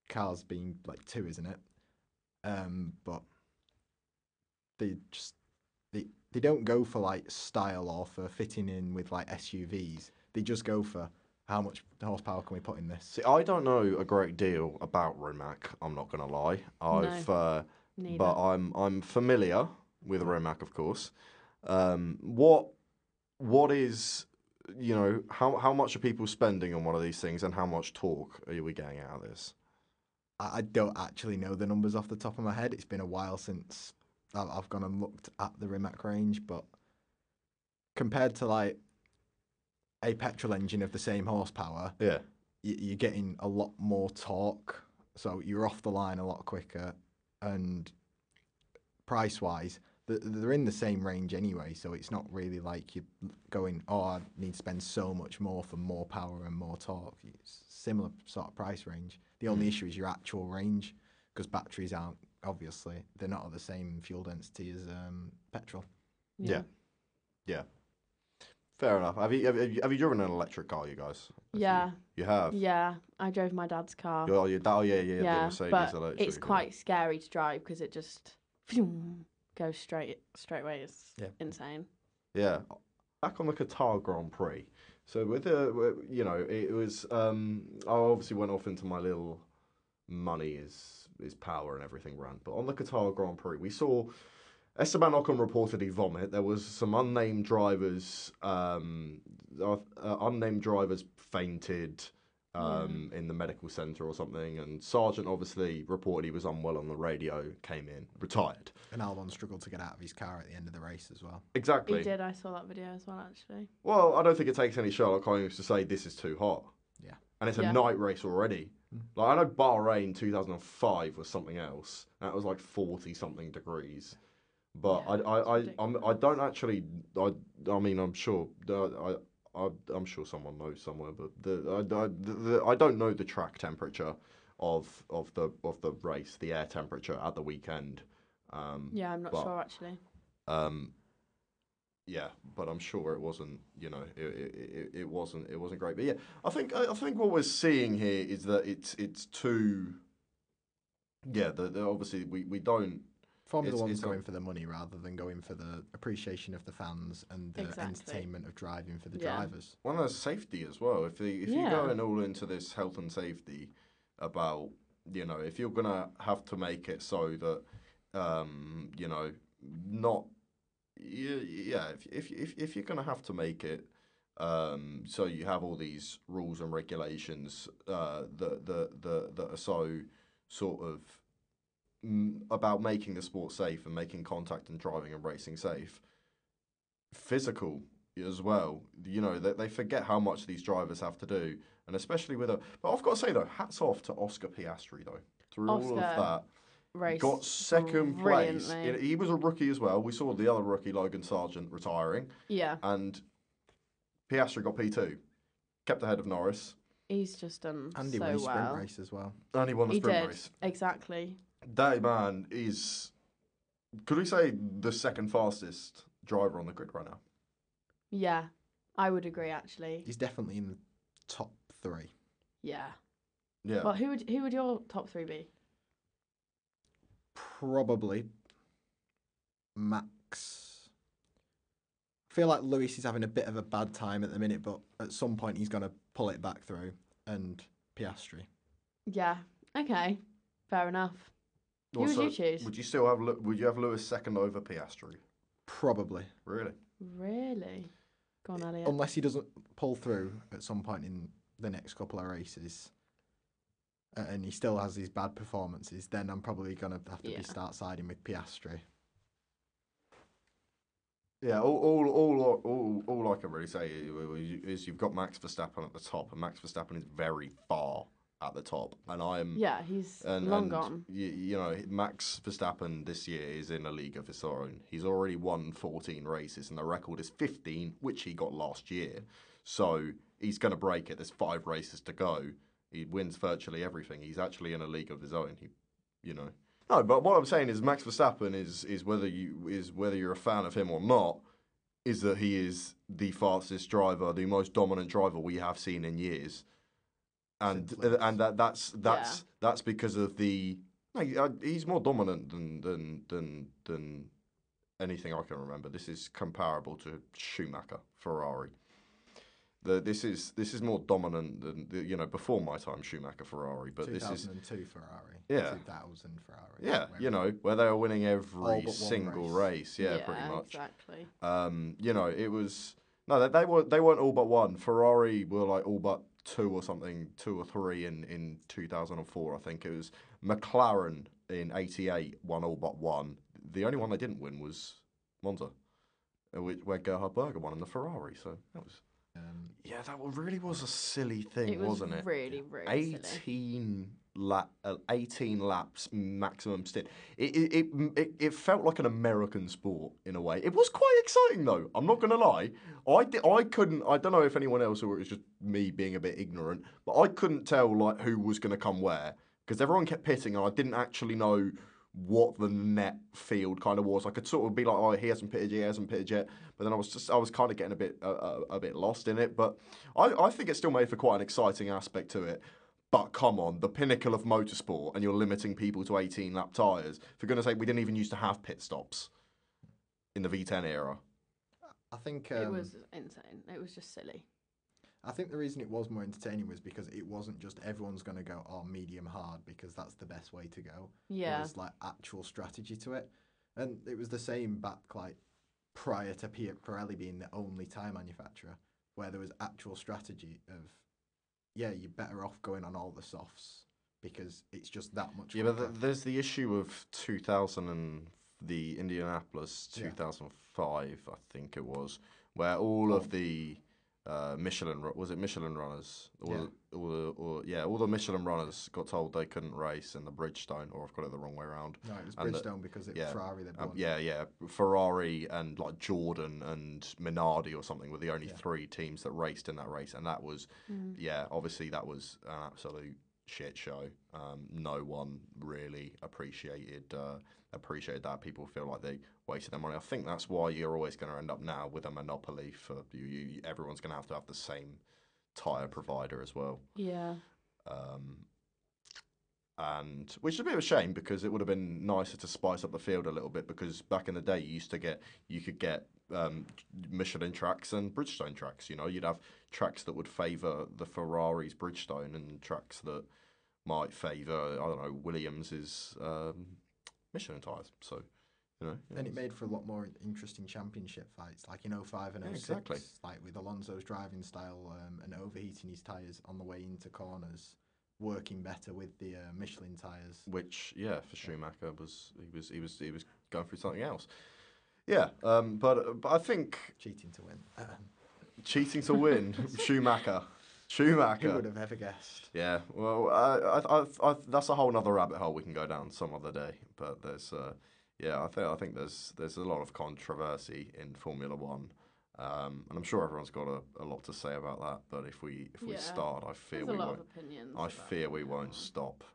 S3: cars being like two, isn't it? Um, but they just they they don't go for like style or for fitting in with like SUVs. They just go for how much horsepower can we put in this?
S1: See, I don't know a great deal about Rimac. I'm not gonna lie. I've uh,
S2: Neither.
S1: but I'm I'm familiar with Rimac, of course. Um, what what is you know how how much are people spending on one of these things, and how much talk are we getting out of this?
S3: I, I don't actually know the numbers off the top of my head. It's been a while since I've, I've gone and looked at the Rimac range, but compared to like a petrol engine of the same horsepower,
S1: Yeah,
S3: y- you're getting a lot more torque, so you're off the line a lot quicker, and price wise. They're in the same range anyway, so it's not really like you're going, oh, I need to spend so much more for more power and more torque. It's similar sort of price range. The only issue is your actual range, because batteries aren't, obviously, they're not of the same fuel density as um, petrol.
S1: yeah. fair enough. Have you have, you- have you driven an electric car, you guys? Have you?
S2: Yeah.
S1: you, have.
S2: Yeah. I drove my dad's car.
S1: Oh, you- oh yeah, yeah, the
S2: yeah,
S1: Mercedes
S2: but
S1: electric.
S2: it's
S1: yeah.
S2: quite scary to drive because it just goes straight straight away. It's
S3: Yeah.
S2: insane.
S1: Yeah. Back on the Qatar Grand Prix. So with the, w- you know, it was. Um, I obviously went off into my little money is is power and everything rant, but on the Qatar Grand Prix, we saw Esteban Ocon reportedly vomit. There was some unnamed drivers, um, uh, uh, unnamed drivers fainted um,
S2: Mm.
S1: in the medical centre or something, and Sergeant obviously reported he was unwell on the radio. Came in, retired.
S3: And Albon struggled to get out of his car at the end of the race as well.
S1: Exactly.
S2: He did. I saw that video as well, actually.
S1: Well, I don't think it takes any Sherlock Holmes to say this is too hot.
S3: Yeah.
S1: And it's
S2: Yeah.
S1: a night race already. Like I know Bahrain 2005 was something else. That was like 40 something degrees. But
S2: Yeah,
S1: I I I
S2: it's
S1: I'm, I don't actually I I mean I'm sure I I I'm sure someone knows somewhere, but the I, I, the, the, I don't know the track temperature of of the of the race, the air temperature at the weekend. Um,
S2: Yeah, I'm not
S1: But-
S2: sure actually.
S1: um, yeah, but I'm sure it wasn't. You know, it, it, it- it wasn't it wasn't great. But yeah, I think I I think what we're seeing here is that it's it's too. Yeah, the, the, obviously we, we don't.
S3: Formula
S1: It's-
S3: One's
S1: it's not-
S3: going for the money rather than going for the appreciation of the fans and the
S2: Exactly.
S3: entertainment of driving for the
S2: Yeah.
S3: drivers.
S1: Well, there's safety as well. If the, if you're
S2: Yeah.
S1: going all into this health and safety about you know if you're gonna have to make it so that um, you know not yeah, yeah if, if if if you're gonna have to make it um, so you have all these rules and regulations uh, that that that that are so sort of mm, about making the sport safe and making contact and driving and racing safe physical as well. You know, they, they forget how much these drivers have to do, and especially with a. But I've got to say though, hats off to Oscar Piastri though. Through all
S2: Oscar.
S1: of that,
S2: Race.
S1: got second place.
S2: brilliantly.
S1: He was a rookie as well. We saw the other rookie, Logan Sargent, retiring,
S2: yeah,
S1: and Piastri got P two, kept ahead of Norris,
S2: he's just done
S3: Andy
S2: so
S3: won a sprint
S2: well.
S3: race as well.
S1: and he won the
S2: He
S1: sprint
S2: did
S1: race.
S2: exactly.
S1: That man is, could we say, the second fastest driver on the grid right now?
S2: Yeah, I would agree actually.
S3: He's definitely in the top three.
S2: Yeah.
S1: Yeah.
S2: Well, who would who would your top three be?
S3: Probably Max. I feel like Lewis is having a bit of a bad time at the minute, but at some point he's going to pull it back through. And Piastri.
S2: Yeah. Okay. Fair enough. Who
S1: Well,
S2: would
S1: so
S2: you choose?
S1: Would you still have Lew- Would you have Lewis second over Piastri?
S3: Probably.
S1: Really?
S2: Really? Go on, Elliot.
S1: Um,
S3: Unless he doesn't pull through at some point in the next couple of races uh, and he still has these bad performances, then I'm probably going to have to
S2: Yeah.
S3: be start siding with Piastri.
S1: Yeah. All all all all, all I can really say i- is you've got Max Verstappen at the top, and Max Verstappen is very far at the top, and I'm.
S2: yeah, he's
S1: And,
S2: long
S1: and
S2: gone.
S1: You, you know, Max Verstappen this year is in a league of his own. He's already won 14 races, and the record is 15, which he got last year. So he's going to break it. There's five races to go. He wins virtually everything. He's actually in a league of his own. He, you know. No, but what I'm saying is Max Verstappen is is whether you is whether you're a fan of him or not, is that he is the fastest driver, the most dominant driver we have seen in years, and
S3: Since Lewis.
S1: and that that's that's that's because of the no, he- uh, he's more dominant than than than than anything I can remember. This is comparable to Schumacher, Ferrari. The, this is this is more dominant than the, you know before my time Schumacher Ferrari, but this is
S3: 2002 Ferrari.
S1: Yeah.
S3: 2000 Ferrari.
S1: yeah
S3: where
S1: you know where they were winning every
S3: but one
S1: single race,
S3: race.
S1: yeah, pretty much.
S2: Exactly.
S1: Um, you know, it was no, they, they were they weren't all but one. Ferrari were like all but two or something, two or three in in two thousand and four. I think it was McLaren in eighty eight won all but one. The only one they didn't win was Monza, uh, wh- where Gerhard Berger won in the Ferrari. So that was
S3: Um,
S1: yeah, that wa- really was a silly thing,
S2: it was
S1: not it?
S2: really, really silly.
S1: 18 lap, uh, 18 laps maximum stint. It it, it it it felt like an American sport in a way. It was quite exciting though. I'm not gonna lie. I di- I couldn't. I don't know if anyone else or it was just me being a bit ignorant, but I couldn't tell like who was gonna come where because everyone kept pitting and I didn't actually know what the net field kind of was. I could sort of be like, oh, he hasn't pitted yet, he hasn't pitted yet. But then I was just, I was kind of getting a bit, uh, uh, a bit lost in it. But I, I think it still made for quite an exciting aspect to it. But come on, the pinnacle of motorsport, and you're limiting people to 18 lap tyres. For goodness sake, we didn't even used to have pit stops in the V10 era.
S3: I think
S2: it
S3: um,
S2: was insane. It was just silly.
S3: I think the reason it was more entertaining was because it wasn't just everyone's going to go oh medium hard because that's the best way to go.
S2: Yeah.
S3: There was like actual strategy to it, and it was the same back like prior to Pia- Pirelli being the only tyre manufacturer where there was actual strategy of yeah you're better off going on all the softs because it's just that much.
S1: Yeah, but
S3: quicker.
S1: th- there's the issue of 2000 and the Indianapolis
S3: Yeah.
S1: 2005, I think it was, where all
S3: Oh.
S1: of the uh, Michelin ru- was it Michelin runners? All,
S3: Yeah.
S1: the, all the all, yeah, all the Michelin runners got told they couldn't race in the Bridgestone, or I've got it the wrong way around.
S3: no, it was
S1: and the-
S3: Bridgestone because it
S1: yeah,
S3: was Ferrari that
S1: Um,
S3: won.
S1: yeah, yeah. Ferrari and like Jordan and Minardi or something were the only
S3: Yeah.
S1: three teams that raced in that race, and that was
S2: Mm.
S1: yeah, obviously that was an absolute shit show. Um, no one really appreciated uh, appreciated that. People feel like they wasted their money. I think that's why you're always going to end up now with a monopoly for you. you everyone's going to have to have the same tire provider as well.
S2: Yeah.
S1: Um, and which is a bit of a shame because it would have been nicer to spice up the field a little bit because back in the day you used to get you could get um, Michelin tracks and Bridgestone tracks. You know, you'd have tracks that would favour the Ferraris Bridgestone and tracks that might favour I don't know Williams's um, Michelin tyres. So you know,
S3: And it
S1: was-
S3: made for a lot more interesting championship fights, like in 05 and
S1: Yeah,
S3: 06,
S1: exactly.
S3: like with Alonso's driving style um, and overheating his tyres on the way into corners, working better with the uh, Michelin tyres.
S1: which yeah for Schumacher was he was he was he was going through something else. Yeah, um, but but I think
S3: Cheating to win.
S1: cheating to win, Schumacher,
S3: Who
S1: Schumacher.
S3: would have ever guessed?
S1: Yeah, well, I, I, I, I, that's a whole other rabbit hole we can go down some other day. But there's, uh, yeah, I think I think there's there's a lot of controversy in Formula One, um, and I'm sure everyone's got a, a lot to say about that. But if we if we
S2: Yeah.
S1: start, I fear
S2: There's
S1: we
S2: a lot
S1: won't.
S2: of opinions.
S1: I
S2: about
S1: fear we
S2: that.
S1: won't stop.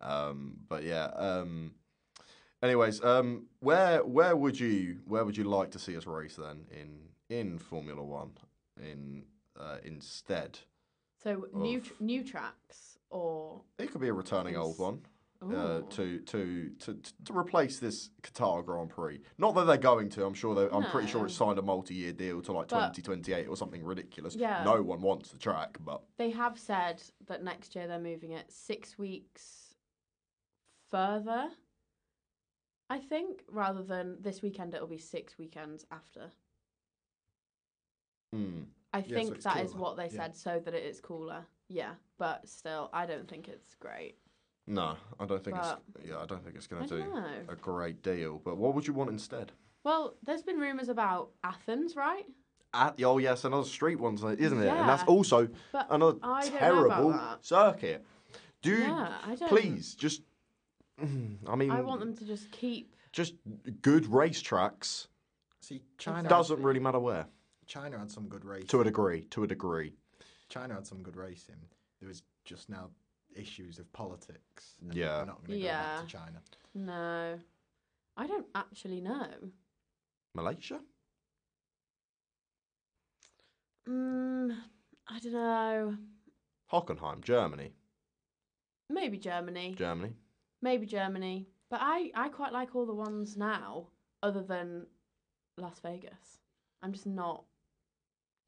S1: Um, but yeah. Um, anyways, um, where where would you where would you like to see us race then in in Formula One in uh, instead?
S2: So new
S1: of-
S2: tr- new tracks or
S1: It could be a returning old
S2: Ins-
S1: one. uh,
S2: Ooh.
S1: to, to to to replace this Qatar Grand Prix. Not that they're going to. I'm sure. They, I'm pretty sure it's signed a multi-year deal to like
S2: But-
S1: 2028 or something ridiculous.
S2: Yeah.
S1: No one wants the track, but
S2: they have said that next year they're moving it six weeks further. I think rather than this weekend, it'll be six weekends after.
S1: hmm,
S2: I
S3: so
S2: think
S3: it's
S2: that is
S3: cooler,
S2: what they
S3: yeah.
S2: said, so that it is cooler. Yeah, but still, I don't think it's great.
S1: no, I don't think it's. Yeah, I don't think it's going
S2: I
S1: to do
S2: don't know.
S1: a great deal. But what would you want instead?
S2: Well, there's been rumours about Athens, right?
S1: At, oh yes, another street one, isn't it? And that's
S2: Yeah.
S1: also
S2: But
S1: another
S2: I don't know
S1: terrible
S2: about that.
S1: circuit. Do
S2: yeah, I don't.
S1: please just. I mean,
S2: I want them to just keep.
S1: just good racetracks.
S3: See, China
S1: Doesn't really matter where.
S3: China had some good racing.
S1: To a degree, to a degree.
S3: China had some good racing. There was just now issues of politics. and
S1: Yeah.
S3: we're not going to go
S2: Yeah.
S3: back to China.
S2: No, I don't actually know.
S1: Malaysia?
S2: Mm, I don't know.
S1: Hockenheim, Germany.
S2: Maybe Germany.
S1: Germany.
S2: Maybe Germany. But I, I quite like all the ones now, other than Las Vegas. I'm just not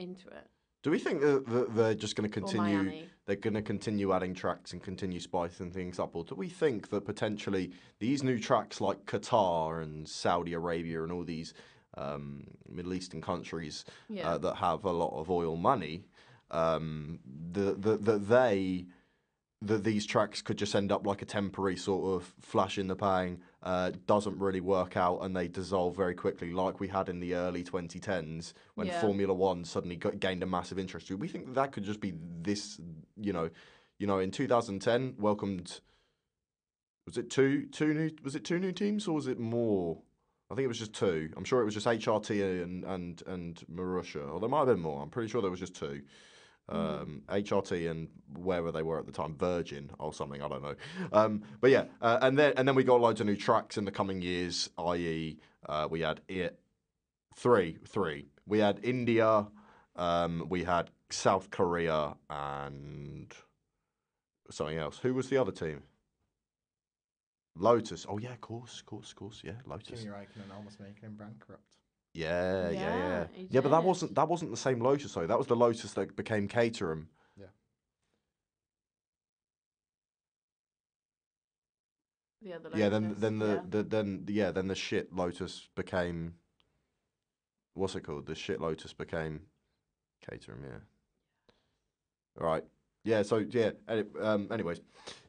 S2: into it.
S1: Do we think that, that they're just going to
S2: Or
S1: continue?
S2: Miami.
S1: They're going to continue adding tracks and continue spicing things up, or do we think that potentially these new tracks like Qatar and Saudi Arabia and all these um, Middle Eastern countries
S2: Yeah.
S1: uh, that have a lot of oil money, um, the, the, that they that these tracks could just end up like a temporary sort of flash in the pan, uh, doesn't really work out, and they dissolve very quickly, like we had in the early 2010s when
S2: Yeah.
S1: Formula One suddenly got, gained a massive interest. Do we think that, that could just be this? You know, you know, in 2010, welcomed. Was it two two new? Was it two new teams or was it more? I think it was just two. I'm sure it was just HRT and and and Marussia, or there might have been more. I'm pretty sure there was just two. Um, HRT and wherever they were at the time, Virgin or something. I don't know. Um, but yeah, uh, and then and then we got loads of new tracks in the coming years. I.e., uh, we had it three three. We had India, um, we had South Korea, and something else. Who was the other team? Lotus. Oh yeah, of course, of course, of course. Yeah, Lotus.
S3: Jimmy Raikkonen almost making him bankrupt.
S1: Yeah, yeah,
S2: Yeah,
S1: yeah.
S2: he
S1: Yeah, but that
S2: did.
S1: wasn't that wasn't the same Lotus though. That was the Lotus that became Caterham.
S2: the other
S1: Yeah, then
S2: Lotus,
S1: then the,
S2: yeah.
S1: the then yeah, then the shit Lotus became what's it called? The shit Lotus became Caterham, yeah. Right. Yeah, so yeah, any, um, anyways.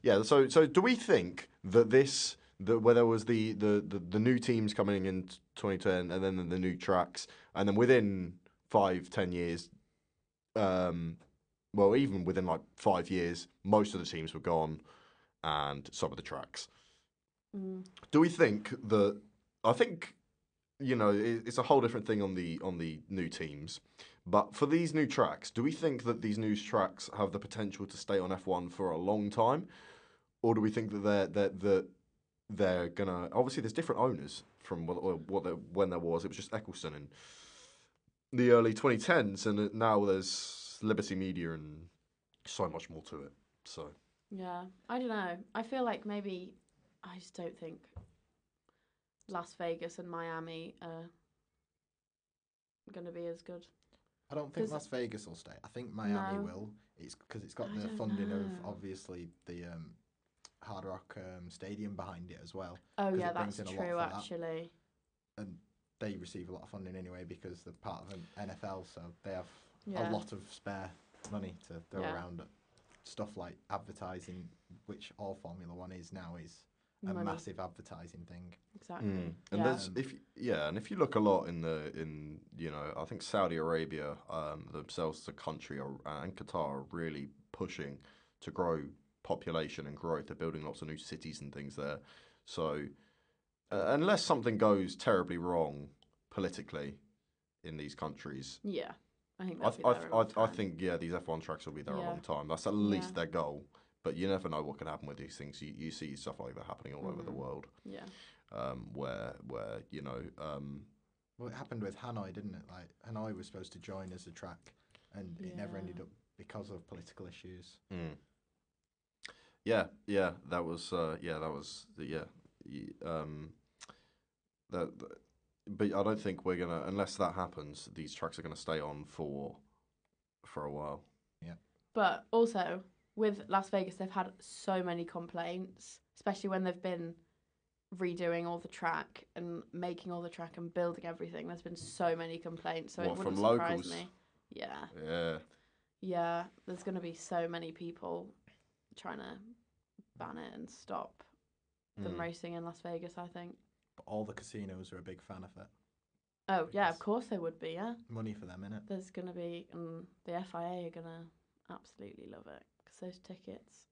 S1: Yeah, so so do we think that this that where there was the, the, the, the new teams coming in 2010 and then the new tracks and then within five ten years um, well, even within like five years, most of the teams were gone and some of the tracks.
S2: Mm.
S1: Do we think that? I think you know it, it's a whole different thing on the on the new teams, but for these new tracks, do we think that these new tracks have the potential to stay on F one for a long time, or do we think that they're that that they're gonna obviously there's different owners from what or what there, when there was it was just Eccleston in the early 2010s, and it- now there's Liberty Media and so much more to it. So
S2: Yeah, I don't know. I feel like maybe I just don't think Las Vegas and Miami are going to be as good.
S3: I don't think
S2: Does-
S3: Las Vegas will stay. I think Miami
S2: No.
S3: will. It's because it's got
S2: I
S3: the
S2: don't
S3: funding
S2: know.
S3: of obviously the um, Hard Rock um, Stadium behind it as well.
S2: Oh
S3: 'Cause
S2: yeah,
S3: it brings
S2: that's
S3: in a lot
S2: true
S3: for that.
S2: actually.
S3: and they receive a lot of funding anyway because they're part of an NFL, so they have
S2: Yeah.
S3: a lot of spare money to throw
S2: Yeah.
S3: around at stuff like advertising, which all Formula One is now is a
S2: Money.
S3: massive advertising thing.
S1: Mm.
S2: exactly.
S1: And
S2: yeah.
S1: there's if y- yeah, and if you look a lot in the in you know, I think Saudi Arabia um, themselves as a country are, and Qatar are really pushing to grow population and growth. They're building lots of new cities and things there. So uh, unless something goes terribly wrong politically in these countries,
S2: yeah, I think
S1: I,
S2: that'll
S1: th-
S2: be
S1: I,
S2: there
S1: th-
S2: a
S1: I,
S2: long
S1: th- I
S2: time.
S1: think yeah, these F1 tracks will be there a
S2: Yeah.
S1: long time. That's at least their goal. But you never know what can happen with these things. You, you see stuff like that happening all over the
S2: Mhm.
S1: world,
S2: yeah,
S1: um, where where you know um,
S3: Well, it happened with Hanoi, didn't it? Like Hanoi was supposed to join as a track, and it never
S2: Yeah.
S3: ended up because of political issues.
S1: Mm. Yeah, yeah, that was uh, yeah, that was yeah, y- um, that, th- But I don't think we're gonna unless that happens. These tracks are gonna stay on for for a while.
S2: but also with Las Vegas, they've had so many complaints, especially when they've been redoing all the track and making all the track and building everything. There's been so many complaints, so
S1: What,
S2: it
S1: from
S2: wouldn't surprise
S1: locals?
S2: me. Yeah,
S1: Yeah,
S2: yeah. There's going to be so many people trying to ban it and stop them
S1: Mm.
S2: racing in Las Vegas. I think.
S3: But all the casinos are a big fan of it.
S2: Oh yeah,
S3: Because-
S2: of course they would be. Yeah,
S3: Money for them, innit?
S2: there's going to be, and the FIA are going to absolutely love it because those tickets,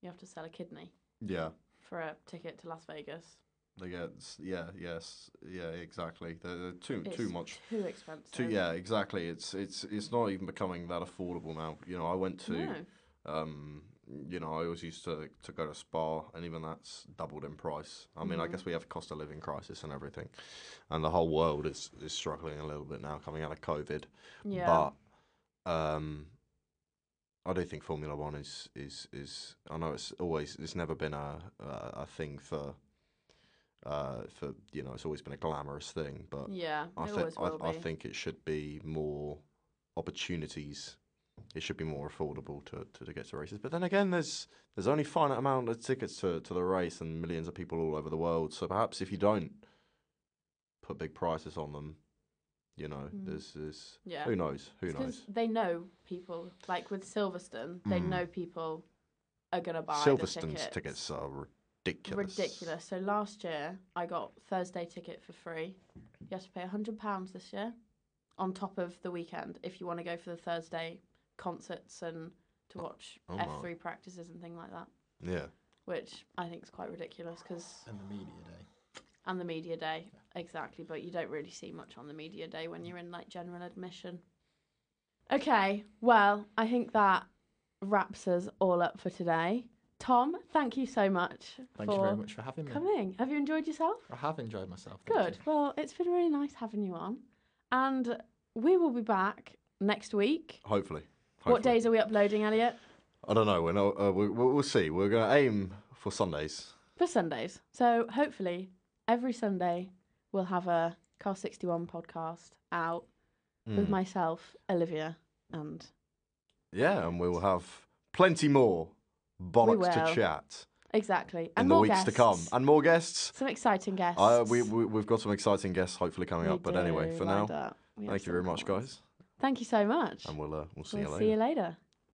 S2: you have to sell a kidney
S1: yeah.
S2: for a ticket to Las Vegas.
S1: They get s- yeah, yes, yeah, exactly. They're, they're too
S2: It's
S1: too much.
S2: too expensive.
S1: Too yeah, exactly. It's it's it's not even becoming that affordable now. You know, I went to.
S2: No.
S1: Um, you know, I always used to, to go to Spa, and even that's doubled in price. I mean, I
S2: Mhm.
S1: guess we have cost of living crisis and everything, and the whole world is, is struggling a little bit now coming out of COVID.
S2: Yeah.
S1: But um, I do think Formula One is is is. I know it's always it's never been a a, a thing for uh for you know it's always been a glamorous thing, but
S2: yeah.
S1: I
S2: it
S1: think
S2: always
S1: I,
S2: will
S1: I
S2: be.
S1: think it should be more opportunities. It should be more affordable to, to, to get to races. But then again, there's there's only finite amount of tickets to, to the race and millions of people all over the world. So perhaps if you don't put big prices on them, you know,
S2: Mm.
S1: there's, there's
S2: yeah.
S1: who knows, who
S2: It's 'cause
S1: knows.
S2: They know people. Like with Silverstone, they
S1: Mm.
S2: know people are gonna buy the
S1: Silverstone's
S2: tickets.
S1: tickets are ridiculous.
S2: ridiculous. So last year I got Thursday ticket for free. You have to pay hundred pounds this year, on top of the weekend if you want to go for the Thursday concerts and to watch
S1: Oh my.
S2: F three practices and thing like that,
S1: Yeah.
S2: which I think is quite ridiculous because
S3: And the media day.
S2: and the media day exactly, but you don't really see much on the media day when you're in like general admission. Okay, well I think that wraps us all up for today. Tom, thank you so much
S3: Thank
S2: for
S3: you very much for having me.
S2: coming. Have you enjoyed yourself?
S3: I have enjoyed myself. thank you.
S2: Good. Well, it's been really nice having you on. And we will be back next week.
S1: Hopefully.
S2: What
S1: Hopefully.
S2: days are we uploading, Elliot?
S1: I don't know. We're not, uh, we, we'll we'll see. We're going to aim for Sundays.
S2: For Sundays. So hopefully every Sunday we'll have a Car 61 podcast out with
S1: Mm.
S2: myself, Olivia, and
S1: Yeah, and we will have plenty more bollocks to
S2: will.
S1: chat
S2: exactly.
S1: in
S2: and
S1: the
S2: more
S1: weeks to come,
S2: guests.
S1: and more guests.
S2: Some exciting guests.
S1: Uh, we, we we've got some exciting guests hopefully coming
S2: We
S1: up. But anyway,
S2: do
S1: for now,
S2: lined up. We have
S1: thank you
S2: some
S1: very much,
S2: cool ones.
S1: guys,
S2: Thank you so much.
S1: and we'll uh, we'll see
S2: We'll
S1: you later.
S2: see you later.